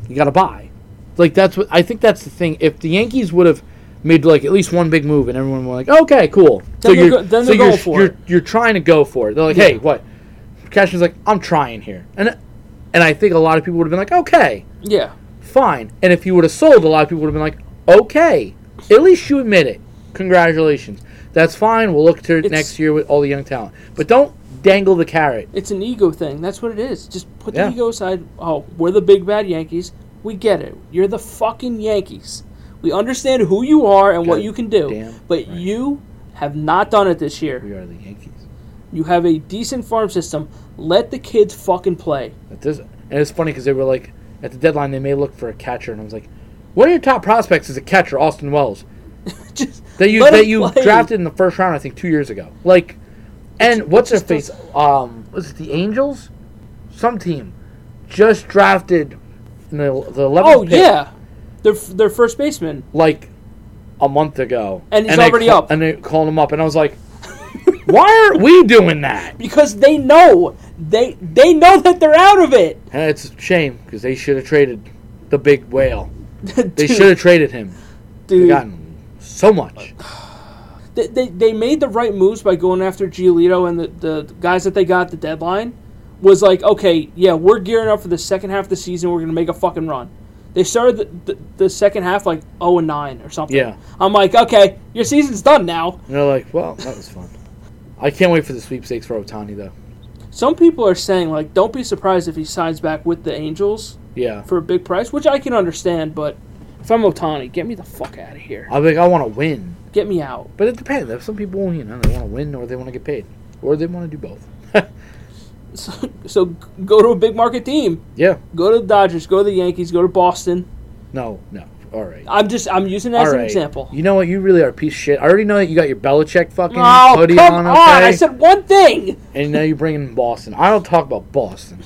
Speaker 1: you gotta buy. Like that's what I think. That's the thing. If the Yankees would have made like at least one big move, and everyone were like, okay, cool.
Speaker 2: Then they're
Speaker 1: you're
Speaker 2: go- then
Speaker 1: so
Speaker 2: they're
Speaker 1: you're,
Speaker 2: going for
Speaker 1: you're,
Speaker 2: it.
Speaker 1: you're trying to go for it. They're like,
Speaker 2: Yeah.
Speaker 1: hey, what? Cashman's like, I'm trying here, and and I think a lot of people would have been like, okay,
Speaker 2: Yeah.
Speaker 1: fine. And if you would have sold, a lot of people would have been like, okay, at least you admit it. Congratulations, that's fine. We'll look to it
Speaker 2: It's-
Speaker 1: next year with all the young talent, but don't dangle the carrot.
Speaker 2: It's an ego thing. That's what it is. Just put the
Speaker 1: Yeah.
Speaker 2: ego aside. Oh, we're the big bad Yankees. We get it. You're the fucking Yankees. We understand who you are and what
Speaker 1: God
Speaker 2: you can do.
Speaker 1: damn
Speaker 2: But
Speaker 1: right.
Speaker 2: you have not done it this year.
Speaker 1: We are the Yankees.
Speaker 2: You have a decent farm system. Let the kids fucking play. <laughs>
Speaker 1: That does, and it's funny because they were like, at the deadline, they may look for a catcher, and I was like, one of your top prospects is a catcher, Austin Wells,
Speaker 2: Just
Speaker 1: that you
Speaker 2: let
Speaker 1: that
Speaker 2: him
Speaker 1: you
Speaker 2: play.
Speaker 1: drafted in the first round, I think, two years ago. Like, and what's their
Speaker 2: just
Speaker 1: face? Um, was it the Angels? Some team just drafted in the the 11th
Speaker 2: Oh
Speaker 1: pick,
Speaker 2: yeah, their their first baseman.
Speaker 1: like a month ago,
Speaker 2: And he's
Speaker 1: they
Speaker 2: already
Speaker 1: call-
Speaker 2: up.
Speaker 1: and they called him up, and I was
Speaker 2: <laughs>
Speaker 1: like, why aren't we doing that?
Speaker 2: because they know they they know that they're out of it. <laughs>
Speaker 1: And it's a shame because they should have traded the big whale. They
Speaker 2: Dude,
Speaker 1: should have traded him.
Speaker 2: dude.
Speaker 1: gotten so much.
Speaker 2: They, they, they made the right moves by going after Giolito and the, the guys that they got at the deadline was like, okay, yeah, we're gearing up for the second half of the season. We're gonna make a fucking run. They started the, the, the second half like zero and nine or something.
Speaker 1: Yeah.
Speaker 2: I'm like, okay, your season's done now.
Speaker 1: And they're like, well, that was fun. I can't wait for the sweepstakes for Otani though.
Speaker 2: Some people are saying like, don't be surprised if he signs back with the Angels
Speaker 1: Yeah,
Speaker 2: for a big price, which I can understand. But if I'm Otani, get me the fuck out of here.
Speaker 1: I think I want to win,
Speaker 2: Get me out. <laughs>
Speaker 1: but it depends. If some people, you know, they want to win or they want to get paid or they want to do both.
Speaker 2: So, so go to a big market team.
Speaker 1: yeah,
Speaker 2: Go to the Dodgers. Go to the Yankees. Go to Boston.
Speaker 1: no, no. All right,
Speaker 2: I'm just I'm using that
Speaker 1: all
Speaker 2: as
Speaker 1: right.
Speaker 2: an example.
Speaker 1: You know what? You really are a piece of shit. I already know that you got your Belichick fucking
Speaker 2: Oh
Speaker 1: hoodie
Speaker 2: come
Speaker 1: on,
Speaker 2: on!
Speaker 1: okay?
Speaker 2: I said one thing.
Speaker 1: and now you're bringing Boston. I don't talk about Boston.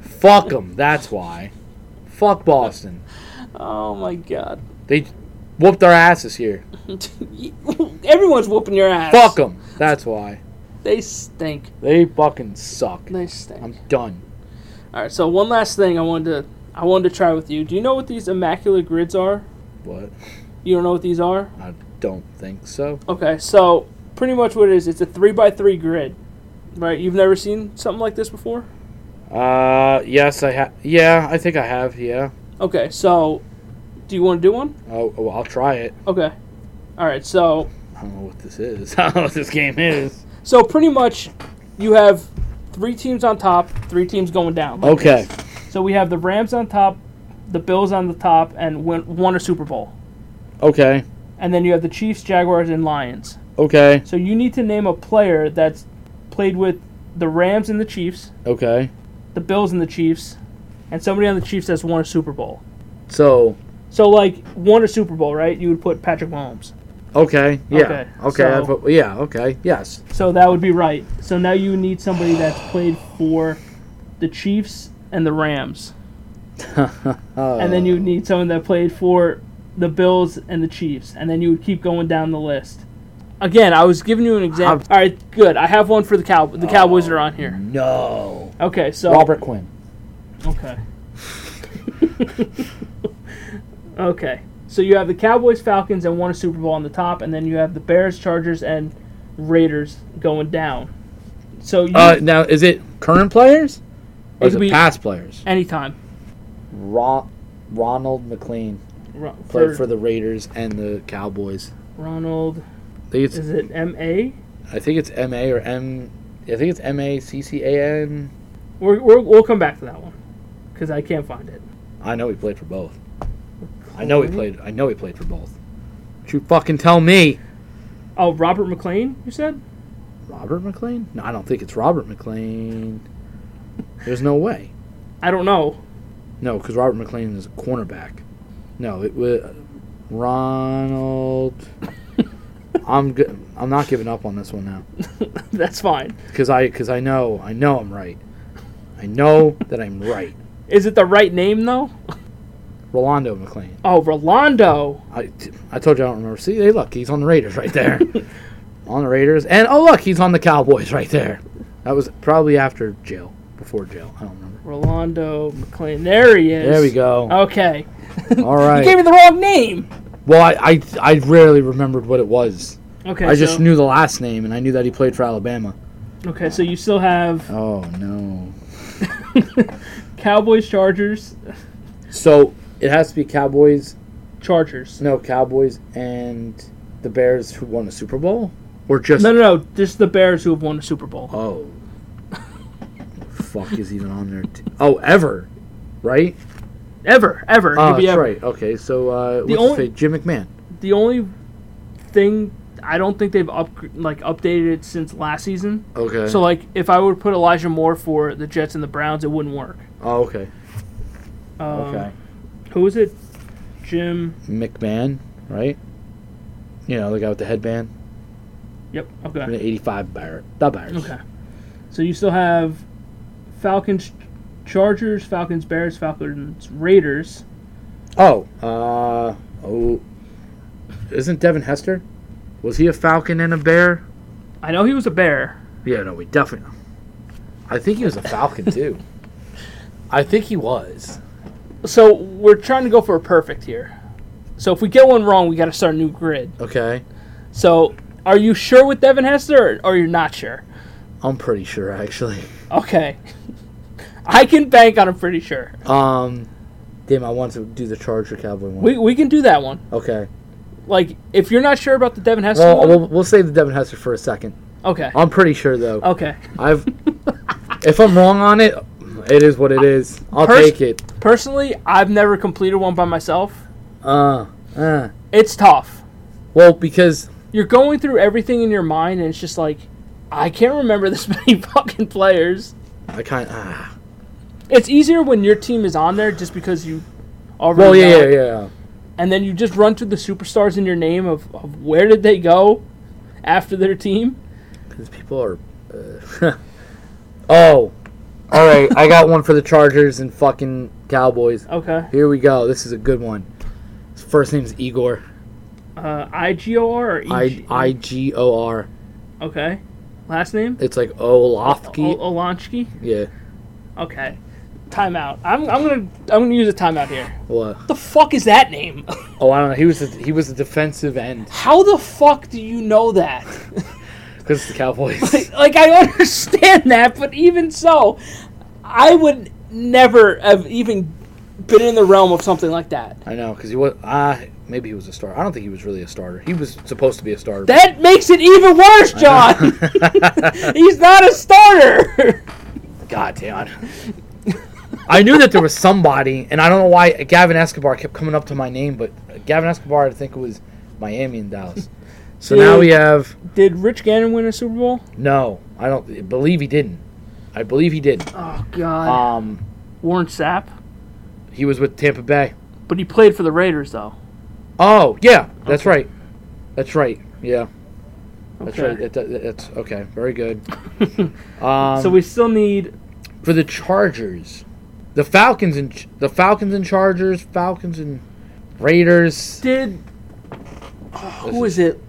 Speaker 1: Fuck them. That's why. Fuck Boston.
Speaker 2: Oh my god! <laughs>
Speaker 1: They whooped our ass this year.
Speaker 2: Everyone's whooping your ass.
Speaker 1: Fuck them. That's why.
Speaker 2: They stink.
Speaker 1: They fucking suck.
Speaker 2: They stink.
Speaker 1: I'm done.
Speaker 2: All right. So one last thing I wanted to I wanted to try with you. Do you know what these immaculate grids are?
Speaker 1: What?
Speaker 2: You don't know what these are?
Speaker 1: I don't think so.
Speaker 2: Okay. So pretty much what it is, it's a three by three grid. Right? You've never seen something like this before.
Speaker 1: Uh, yes, I have. Yeah, I think I have. Yeah.
Speaker 2: Okay. So do you want to do one?
Speaker 1: Oh, oh, I'll try it.
Speaker 2: Okay. All right. So
Speaker 1: I don't know what this is. <laughs> I don't know what this game is.
Speaker 2: so pretty much you have three teams on top, three teams going down.
Speaker 1: Okay.
Speaker 2: So we have the Rams on top, the Bills on the top, and win- won a Super Bowl.
Speaker 1: Okay.
Speaker 2: And then you have the Chiefs, Jaguars, and Lions.
Speaker 1: Okay.
Speaker 2: So you need to name a player that's played with the Rams and the Chiefs,
Speaker 1: Okay.
Speaker 2: the Bills and the Chiefs, and somebody on the Chiefs that's won a Super Bowl.
Speaker 1: So.
Speaker 2: So like won a Super Bowl, right? You would put Patrick Mahomes.
Speaker 1: Okay. Yeah.
Speaker 2: Okay,
Speaker 1: Okay. I
Speaker 2: so-
Speaker 1: put- yeah. Okay. Yes. <laughs>
Speaker 2: So that would be right. So now you need somebody that's played for the Chiefs and the Rams. and
Speaker 1: Oh.
Speaker 2: then you would need someone that played for the Bills and the Chiefs, and then you would keep going down the list. Again, I was giving you an example. All right, good. I have one for the cow. The Cowboys are on here.
Speaker 1: No.
Speaker 2: Okay, so
Speaker 1: Oh. Robert Quinn.
Speaker 2: Okay. <laughs> okay, so you have the Cowboys, Falcons, and won a Super Bowl on the top, and then you have the Bears, Chargers, and Raiders going down. So you
Speaker 1: Uh, now is it current players or
Speaker 2: It
Speaker 1: is
Speaker 2: could
Speaker 1: it
Speaker 2: be-
Speaker 1: past players?
Speaker 2: anytime
Speaker 1: Ron- Ronald McLean
Speaker 2: Ro-
Speaker 1: played
Speaker 2: for
Speaker 1: for the Raiders and the Cowboys.
Speaker 2: Ronald,
Speaker 1: I think it's
Speaker 2: is it M A?
Speaker 1: I think it's M A or M. I think it's M A C C A N.
Speaker 2: We're, we're, we'll come back to that one because I can't find it.
Speaker 1: I know he played for both. I know he played. I know he played for both. Don't you fucking tell me,
Speaker 2: Oh, Robert McLean, you said?
Speaker 1: Robert McLean? No, I don't think it's Robert McLean. There's no way.
Speaker 2: I don't know. <laughs>
Speaker 1: No, because Robert McLean is a cornerback. No, it was
Speaker 2: <laughs>
Speaker 1: Ronald. I'm good. I'm not giving up on this one now
Speaker 2: That's fine.
Speaker 1: because I because I know I know I'm right. I know that I'm right.
Speaker 2: Is it the right name though?
Speaker 1: Rolando McLean.
Speaker 2: Oh, Rolando.
Speaker 1: I, I told you I don't remember. See, hey, look, he's on the Raiders right
Speaker 2: <laughs>
Speaker 1: there. on the Raiders. And, oh, look, he's on the Cowboys right there. That was probably after jail, before jail. I don't remember.
Speaker 2: Rolando McLean. There he is.
Speaker 1: There we go.
Speaker 2: Okay.
Speaker 1: All
Speaker 2: You gave me
Speaker 1: right.
Speaker 2: the wrong name.
Speaker 1: Well, I, I, I rarely remembered what it was.
Speaker 2: Okay.
Speaker 1: I just
Speaker 2: so-
Speaker 1: knew the last name, and I knew that he played for Alabama.
Speaker 2: Okay, so you still have <laughs>
Speaker 3: Oh no.
Speaker 2: Cowboys, Chargers,
Speaker 1: So it has to be Cowboys.
Speaker 2: Chargers.
Speaker 1: No, Cowboys and the Bears who won the Super Bowl, or just
Speaker 2: No, no, no. Just the Bears who have won the Super Bowl.
Speaker 1: oh, fuck is even on there? T- oh, ever, right?
Speaker 2: Ever, ever. it
Speaker 1: Oh,
Speaker 2: could be
Speaker 1: that's
Speaker 2: ever.
Speaker 1: right. Okay, so uh, what's
Speaker 2: only-
Speaker 1: his face? Jim McMahon.
Speaker 2: The only thing I don't think they've up, like updated it since last season.
Speaker 1: Okay.
Speaker 2: So like, if I would put Elijah Moore for the Jets and the Browns, it wouldn't work.
Speaker 1: oh, okay.
Speaker 2: Um,
Speaker 1: Okay.
Speaker 2: Who is it? Jim.
Speaker 1: McMahon, right? You know the guy with the headband.
Speaker 2: Yep.
Speaker 1: And
Speaker 2: Okay.
Speaker 1: the eighty-five Byron. Not Byron.
Speaker 2: Okay. So you still have Falcons, Chargers, Falcons, Bears, Falcons, Raiders.
Speaker 1: Oh. Uh. Oh. Isn't Devin Hester? Was he a Falcon and a Bear?
Speaker 2: I know he was a Bear.
Speaker 1: Yeah, no, we definitely. I think he was a
Speaker 2: <laughs>
Speaker 1: Falcon too. I think he was.
Speaker 2: So we're trying to go for a perfect here. So if we get one wrong, we got to start a new grid.
Speaker 1: Okay,
Speaker 2: So are you sure with Devin Hester, or, or you're not sure?
Speaker 1: I'm pretty sure actually.
Speaker 2: Okay. <laughs> I can bank on. I'm pretty sure.
Speaker 1: Um, damn, I want to do the Charger Cowboy one.
Speaker 2: We, we can do that one.
Speaker 1: okay.
Speaker 2: Like if you're not sure about the Devin Hester,
Speaker 1: Well,
Speaker 2: one,
Speaker 1: we'll we'll save the Devin Hester for a second.
Speaker 2: okay,
Speaker 1: I'm pretty sure though.
Speaker 2: okay.
Speaker 1: I've. if I'm wrong on it, it is what it is. I'll
Speaker 2: Pers-
Speaker 1: take it.
Speaker 2: Personally, I've never completed one by myself.
Speaker 1: Uh, uh.
Speaker 2: It's tough.
Speaker 1: Well, because
Speaker 2: You're going through everything in your mind, and it's just like, I can't remember <laughs> this many fucking players.
Speaker 1: I kind. Ah.
Speaker 2: It's easier when your team is on there, just because you already.
Speaker 1: Well,
Speaker 2: know
Speaker 1: yeah, yeah,
Speaker 2: it.
Speaker 1: yeah.
Speaker 2: and then you just run through the superstars in your name of, of where did they go after their team.
Speaker 1: Because people are. Uh, <laughs> oh. All right, I got one for the Chargers and fucking Cowboys.
Speaker 2: Okay.
Speaker 1: Here we go. This is a good one. His first name's Igor.
Speaker 2: Uh, I G O R or E
Speaker 1: I
Speaker 2: G?
Speaker 1: I G O R.
Speaker 2: Okay. Last name?
Speaker 1: It's like
Speaker 2: O-
Speaker 1: Olofsky.
Speaker 2: Olanchki?
Speaker 1: Yeah.
Speaker 2: Okay. Timeout. I'm, I'm gonna I'm gonna use a timeout here.
Speaker 1: What?
Speaker 2: The fuck is that name? <laughs>
Speaker 1: Oh, I don't know. He was a, he was a defensive end
Speaker 2: How the fuck do you know that?
Speaker 1: because the Cowboys.
Speaker 2: <laughs> like I understand that, but even so, I would never have even been in the realm of something like that.
Speaker 1: I know because he was. Ah, maybe he was a starter. I don't think he was really a starter. He was supposed to be a starter. but-
Speaker 2: That makes it even worse,
Speaker 1: <laughs>
Speaker 2: John. He's not a starter. <laughs>
Speaker 1: God damn. I knew that there was somebody, and I don't know why Gavin Escobar kept coming up to my name, but Gavin Escobar, I think it was Miami and Dallas. So now we have
Speaker 2: Did Rich Gannon win a Super Bowl?
Speaker 1: no. I don't I believe he didn't. I believe he didn't.
Speaker 2: Oh God.
Speaker 1: Um,
Speaker 2: Warren Sapp,
Speaker 1: he was with Tampa Bay.
Speaker 2: but he played for the Raiders though.
Speaker 1: Oh yeah, that's right. That's right. Yeah, that's
Speaker 2: Okay.
Speaker 1: right. That, that- that's okay. Very
Speaker 2: <laughs>
Speaker 1: good. Um,
Speaker 2: so we still need
Speaker 1: for the Chargers, the Falcons and Ch- the Falcons and Chargers, Falcons and Raiders.
Speaker 2: did who is it?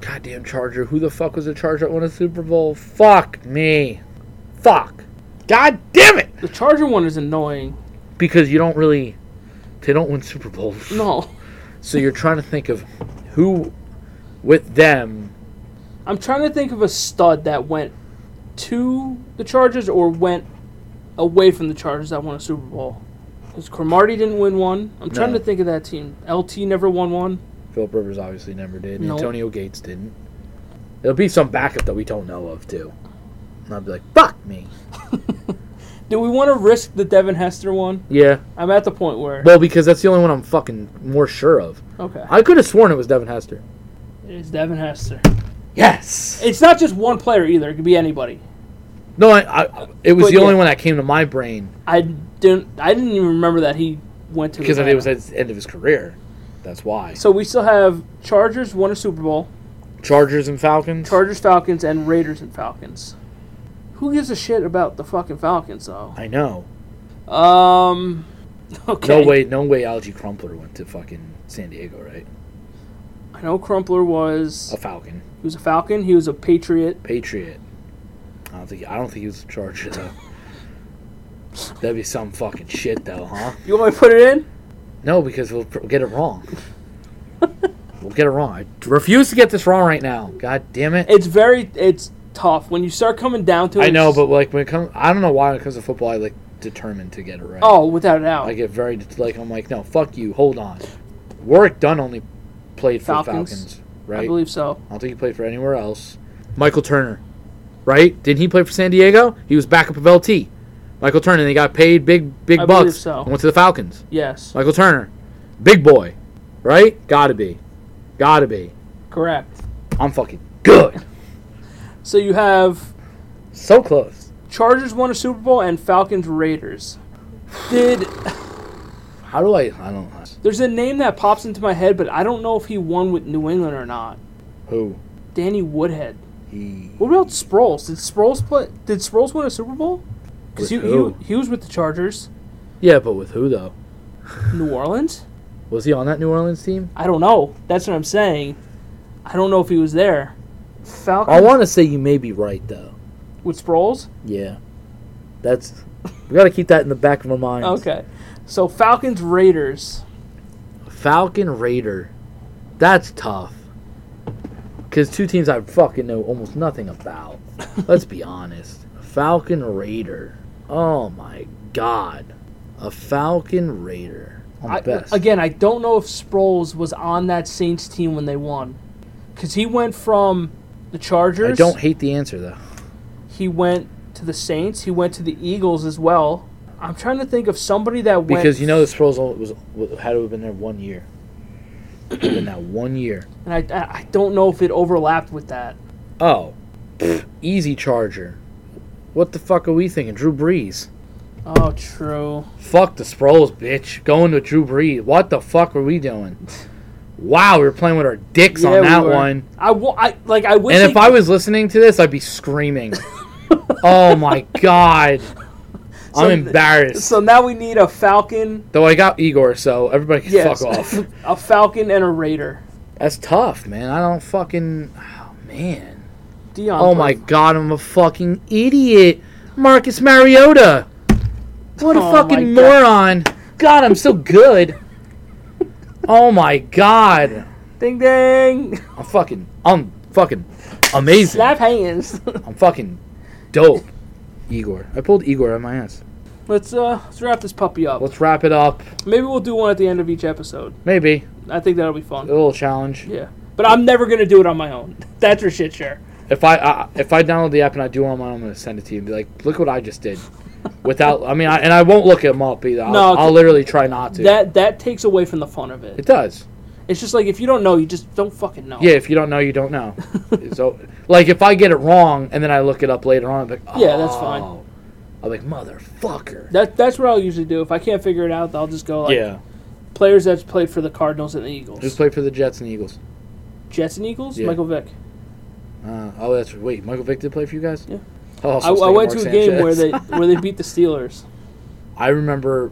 Speaker 1: Goddamn Charger. Who the fuck was a Charger that won a Super Bowl? Fuck me. Fuck. God damn it.
Speaker 2: The Charger one is annoying.
Speaker 1: Because you don't really. They don't win Super Bowls.
Speaker 2: No,
Speaker 1: So you're trying to think of who with them.
Speaker 2: I'm trying to think of a stud that went to the Chargers or went away from the Chargers that won a Super Bowl. Because Cromartie didn't win one. I'm trying
Speaker 1: No.
Speaker 2: to think of that team. LT never won one.
Speaker 1: Philip Rivers obviously never did.
Speaker 2: No.
Speaker 1: Antonio Gates didn't. It'll be some backup that we don't know of, too. And I'll be like, fuck me.
Speaker 2: Do we want to risk the Devin Hester one?
Speaker 1: Yeah.
Speaker 2: I'm at the point where
Speaker 1: Well, because that's the only one I'm fucking more sure of.
Speaker 2: okay,
Speaker 1: I could have sworn it was Devin Hester.
Speaker 2: it's Devin Hester.
Speaker 1: Yes.
Speaker 2: It's not just one player either; it could be anybody.
Speaker 1: No, I, I, it was
Speaker 2: But
Speaker 1: the only
Speaker 2: yeah.
Speaker 1: one that came to my brain.
Speaker 2: I didn't. I didn't even remember that he went to the
Speaker 1: because I think it was
Speaker 2: Rams.
Speaker 1: at the end of his career. That's why.
Speaker 2: So we still have Chargers won a Super Bowl,
Speaker 1: Chargers and Falcons.
Speaker 2: Chargers Falcons, and Raiders and Falcons. Who gives a shit about the fucking Falcons though?
Speaker 1: I know.
Speaker 2: Um. <laughs> Okay.
Speaker 1: No way. No way. Algie Crumpler went to fucking San Diego, right?
Speaker 2: I know Crumpler was.
Speaker 1: A Falcon,
Speaker 2: He was a Falcon. He was a Patriot.
Speaker 1: Patriot. I don't think. I don't think he was a Charger though. That'd be some fucking shit though, huh?
Speaker 2: You want me to put it in?
Speaker 1: No, because we'll, we'll get it
Speaker 2: <laughs>
Speaker 1: wrong. we'll get it wrong. I refuse to get this wrong right now. God damn it.
Speaker 2: It's very. It's tough when you start coming down to it.
Speaker 1: I know,
Speaker 2: it's-
Speaker 1: but like when it comes, I don't know why when it comes to football, I like determined to get it right.
Speaker 2: oh, without a doubt,
Speaker 1: I get very det- like I'm like no, fuck you, hold on. Warwick Dunn only played for
Speaker 2: Falcons.
Speaker 1: Falcons,
Speaker 2: I
Speaker 1: right? I,
Speaker 2: believe so.
Speaker 1: don't think he played for anywhere else. Michael Turner, right? Didn't he play for San Diego? He was backup of LT. Michael Turner, they got paid big big
Speaker 2: I believe
Speaker 1: bucks.
Speaker 2: so.
Speaker 1: and Went to the Falcons.
Speaker 2: Yes,
Speaker 1: Michael Turner, big boy, right? Gotta be, gotta be.
Speaker 2: correct.
Speaker 1: I'm fucking good.
Speaker 2: So you have
Speaker 1: so close.
Speaker 2: Chargers won a Super Bowl and Falcons Raiders. Did
Speaker 1: How do I? I don't know.
Speaker 2: there's a name that pops into my head, but I don't know if he won with New England or not.
Speaker 1: Who?
Speaker 2: Danny Woodhead.
Speaker 1: He.
Speaker 2: What about Sproles? Did Sproles play? Did Sproles win a Super Bowl? Because he,
Speaker 1: With who?
Speaker 2: he he was with the Chargers,
Speaker 1: Yeah, but with who though?
Speaker 2: New Orleans.
Speaker 1: Was he on that New Orleans team?
Speaker 2: I don't know. That's what I'm saying. I don't know if he was there.
Speaker 1: I
Speaker 2: Falcons
Speaker 1: want to say you may be right though.
Speaker 2: with Sproles.
Speaker 1: Yeah, that's we got to keep that in the back of our mind.
Speaker 2: Okay, so Falcons Raiders.
Speaker 1: Falcon Raider, that's tough. Cause two teams I fucking know almost nothing
Speaker 2: <laughs>
Speaker 1: about. Let's be honest. Falcon Raider. Oh my god, a Falcon Raider. On the
Speaker 2: I, uh,
Speaker 1: best.
Speaker 2: again, I don't know if Sproles was on that Saints team when they won, because he went from the Chargers.
Speaker 1: I don't hate the answer though.
Speaker 2: He went to the Saints. He went to the Eagles as well. I'm trying to think of somebody that went
Speaker 1: Because you know this Sproles only was was- had to have been there one year. been that one year.
Speaker 2: and I, I I don't know if it overlapped with that.
Speaker 1: Oh, pfft, easy Charger. What the fuck are we thinking? Drew Brees.
Speaker 2: Oh, true.
Speaker 1: Fuck the Sproles, bitch. Going to Drew Brees. What the fuck were we doing? Wow, we were playing with our dicks
Speaker 2: Yeah,
Speaker 1: on
Speaker 2: we
Speaker 1: that
Speaker 2: were.
Speaker 1: one.
Speaker 2: I, wa- I like I wish.
Speaker 1: And
Speaker 2: they-
Speaker 1: if I was listening to this, I'd be
Speaker 2: <laughs>
Speaker 1: screaming. oh my god.
Speaker 2: So
Speaker 1: I'm
Speaker 2: th-
Speaker 1: embarrassed.
Speaker 2: so now we need a Falcon
Speaker 1: Though I got Igor, so everybody can
Speaker 2: Yes.
Speaker 1: fuck off.
Speaker 2: <laughs> a Falcon and a Raider.
Speaker 1: That's tough, man. I don't fucking. Oh, man.
Speaker 2: Dion.
Speaker 1: Oh my god, I'm a fucking idiot. Marcus Mariota. What a
Speaker 2: Oh
Speaker 1: fucking
Speaker 2: my
Speaker 1: moron. God, I'm so
Speaker 2: <laughs>
Speaker 1: good. oh my god. <laughs>
Speaker 2: Ding ding.
Speaker 1: I'm fucking I'm fucking amazing.
Speaker 2: Slap hands. <laughs>
Speaker 1: I'm fucking dope. Igor. I pulled Igor out of my ass.
Speaker 2: let's uh let's wrap this puppy up.
Speaker 1: Let's wrap it up.
Speaker 2: Maybe we'll do one at the end of each episode.
Speaker 1: Maybe.
Speaker 2: I think that'll be
Speaker 1: A
Speaker 2: fun.
Speaker 1: little challenge.
Speaker 2: Yeah. But I'm never gonna do it on my own. <laughs> That's for shit sure.
Speaker 1: If I, I if I download the app and I do one on mine, I'm gonna send it to you and be like, look what I just
Speaker 2: <laughs>
Speaker 1: did. Without I mean I, and I won't look them up either. I'll,
Speaker 2: No,
Speaker 1: I'll literally try not to.
Speaker 2: That that takes away from the fun of it.
Speaker 1: it does.
Speaker 2: It's just like if you don't know, you just don't fucking know.
Speaker 1: Yeah, if you don't know, you don't
Speaker 2: <laughs>
Speaker 1: know. so, like, if I get it wrong and then I look it up later on, I'm like, oh.
Speaker 2: Yeah, that's fine.
Speaker 1: I'm like, motherfucker.
Speaker 2: That that's what I'll usually do. If I can't figure it out, I'll just go like
Speaker 1: yeah,
Speaker 2: players that's played for the Cardinals and the Eagles.
Speaker 1: just play for the Jets and Eagles.
Speaker 2: Jets and Eagles?
Speaker 1: Yeah.
Speaker 2: Michael Vick.
Speaker 1: Uh, oh, that's wait, Michael Vick did play for you guys.
Speaker 2: Yeah.
Speaker 1: Oh,
Speaker 2: I,
Speaker 1: so it's
Speaker 2: I
Speaker 1: like
Speaker 2: went to
Speaker 1: Mark
Speaker 2: a game where they
Speaker 1: Sanchez.
Speaker 2: where they beat the Steelers.
Speaker 1: I remember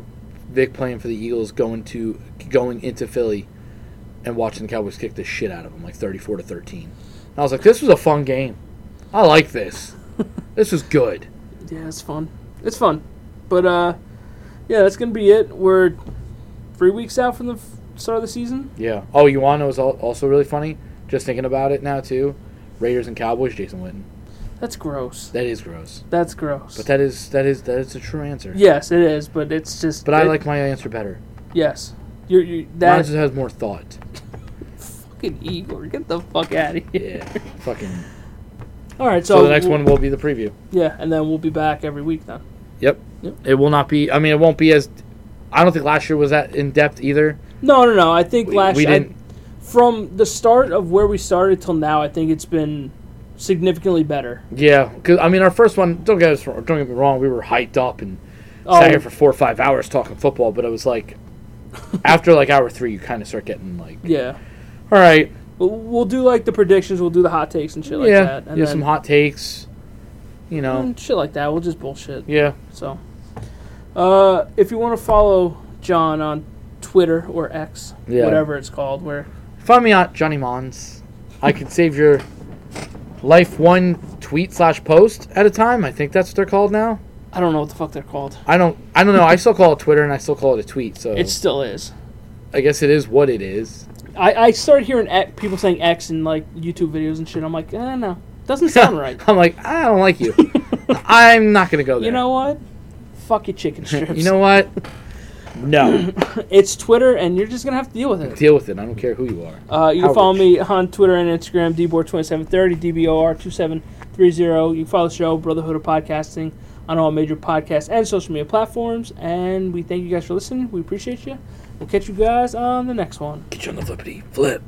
Speaker 1: Vick playing for the Eagles, going to going into Philly, and watching the Cowboys kick the shit out of them, like thirty-four to thirteen. And I was like, this was a fun game. I like
Speaker 2: <laughs>
Speaker 1: this. this is good.
Speaker 2: Yeah, it's fun. It's fun. But uh yeah, that's gonna be it. We're three weeks out from the f- start of the season.
Speaker 1: Yeah. Oh, you want to know what's al- also really funny? Just thinking about it now too. Raiders and Cowboys, Jason Witten.
Speaker 2: That's gross.
Speaker 1: That is gross,
Speaker 2: That's gross.
Speaker 1: but that is that is that is a true answer.
Speaker 2: yes, it is. But it's just.
Speaker 1: But I
Speaker 2: it-
Speaker 1: like my answer better.
Speaker 2: Yes, you're you,
Speaker 1: Mine
Speaker 2: that
Speaker 1: just has more
Speaker 2: <laughs>
Speaker 1: thought.
Speaker 2: fucking Igor. Get the fuck
Speaker 1: <laughs>
Speaker 2: out of here.
Speaker 1: Yeah. Fucking.
Speaker 2: All right. So,
Speaker 1: So, the next
Speaker 2: we'll-
Speaker 1: one will be the preview.
Speaker 2: Yeah, and then we'll be back every week then.
Speaker 1: Yep.
Speaker 2: Yep.
Speaker 1: It will not be. I mean, it won't be as. I don't think last year was that in depth either.
Speaker 2: No, no, no. I think
Speaker 1: We,
Speaker 2: last
Speaker 1: we
Speaker 2: I-
Speaker 1: didn't.
Speaker 2: from the start of where we started till now, I think it's been significantly better.
Speaker 1: yeah, because I mean, our first one. Don't get us. Don't get me wrong. We were hyped up and
Speaker 2: Oh,
Speaker 1: sat here for four or five hours talking football. But it was like, after like hour three, you kind of start getting like,
Speaker 2: yeah.
Speaker 1: all right,
Speaker 2: But we'll do like the predictions. We'll do the hot takes and shit like
Speaker 1: yeah,
Speaker 2: that. And
Speaker 1: yeah,
Speaker 2: then,
Speaker 1: some hot takes. You know,
Speaker 2: and Mm, shit like that. We'll just bullshit.
Speaker 1: yeah.
Speaker 2: So, uh, if you want to follow John on Twitter or X,
Speaker 1: Yeah.
Speaker 2: whatever it's called, where
Speaker 1: Find me at Johnny Mons. I can save your life one tweet slash post at a time. I think that's what they're called now.
Speaker 2: I don't know what the fuck they're called.
Speaker 1: I don't. I don't know. I still call it Twitter and I still call it a tweet. So
Speaker 2: It still is.
Speaker 1: I guess it is what it is.
Speaker 2: I, I started hearing X, people saying X in like YouTube videos and shit. I'm like, eh, no,
Speaker 1: <laughs>
Speaker 2: Doesn't <laughs> sound right.
Speaker 1: I'm like, I don't like you. I'm not gonna go there.
Speaker 2: You know what? Fuck your chicken strips.
Speaker 1: <laughs> you know
Speaker 2: <laughs>
Speaker 1: what? No,
Speaker 2: it's Twitter, and you're just gonna have to deal with it.
Speaker 1: deal with it. I don't care who you are.
Speaker 2: Uh, you can
Speaker 1: Outrage.
Speaker 2: follow me on Twitter and Instagram, dbor2730, dbor2730. You can follow the show, Brotherhood of Podcasting, on all major podcast and social media platforms. And we thank you guys for listening. We appreciate you. We'll catch you guys on the next one.
Speaker 1: Get you on the flippity flip.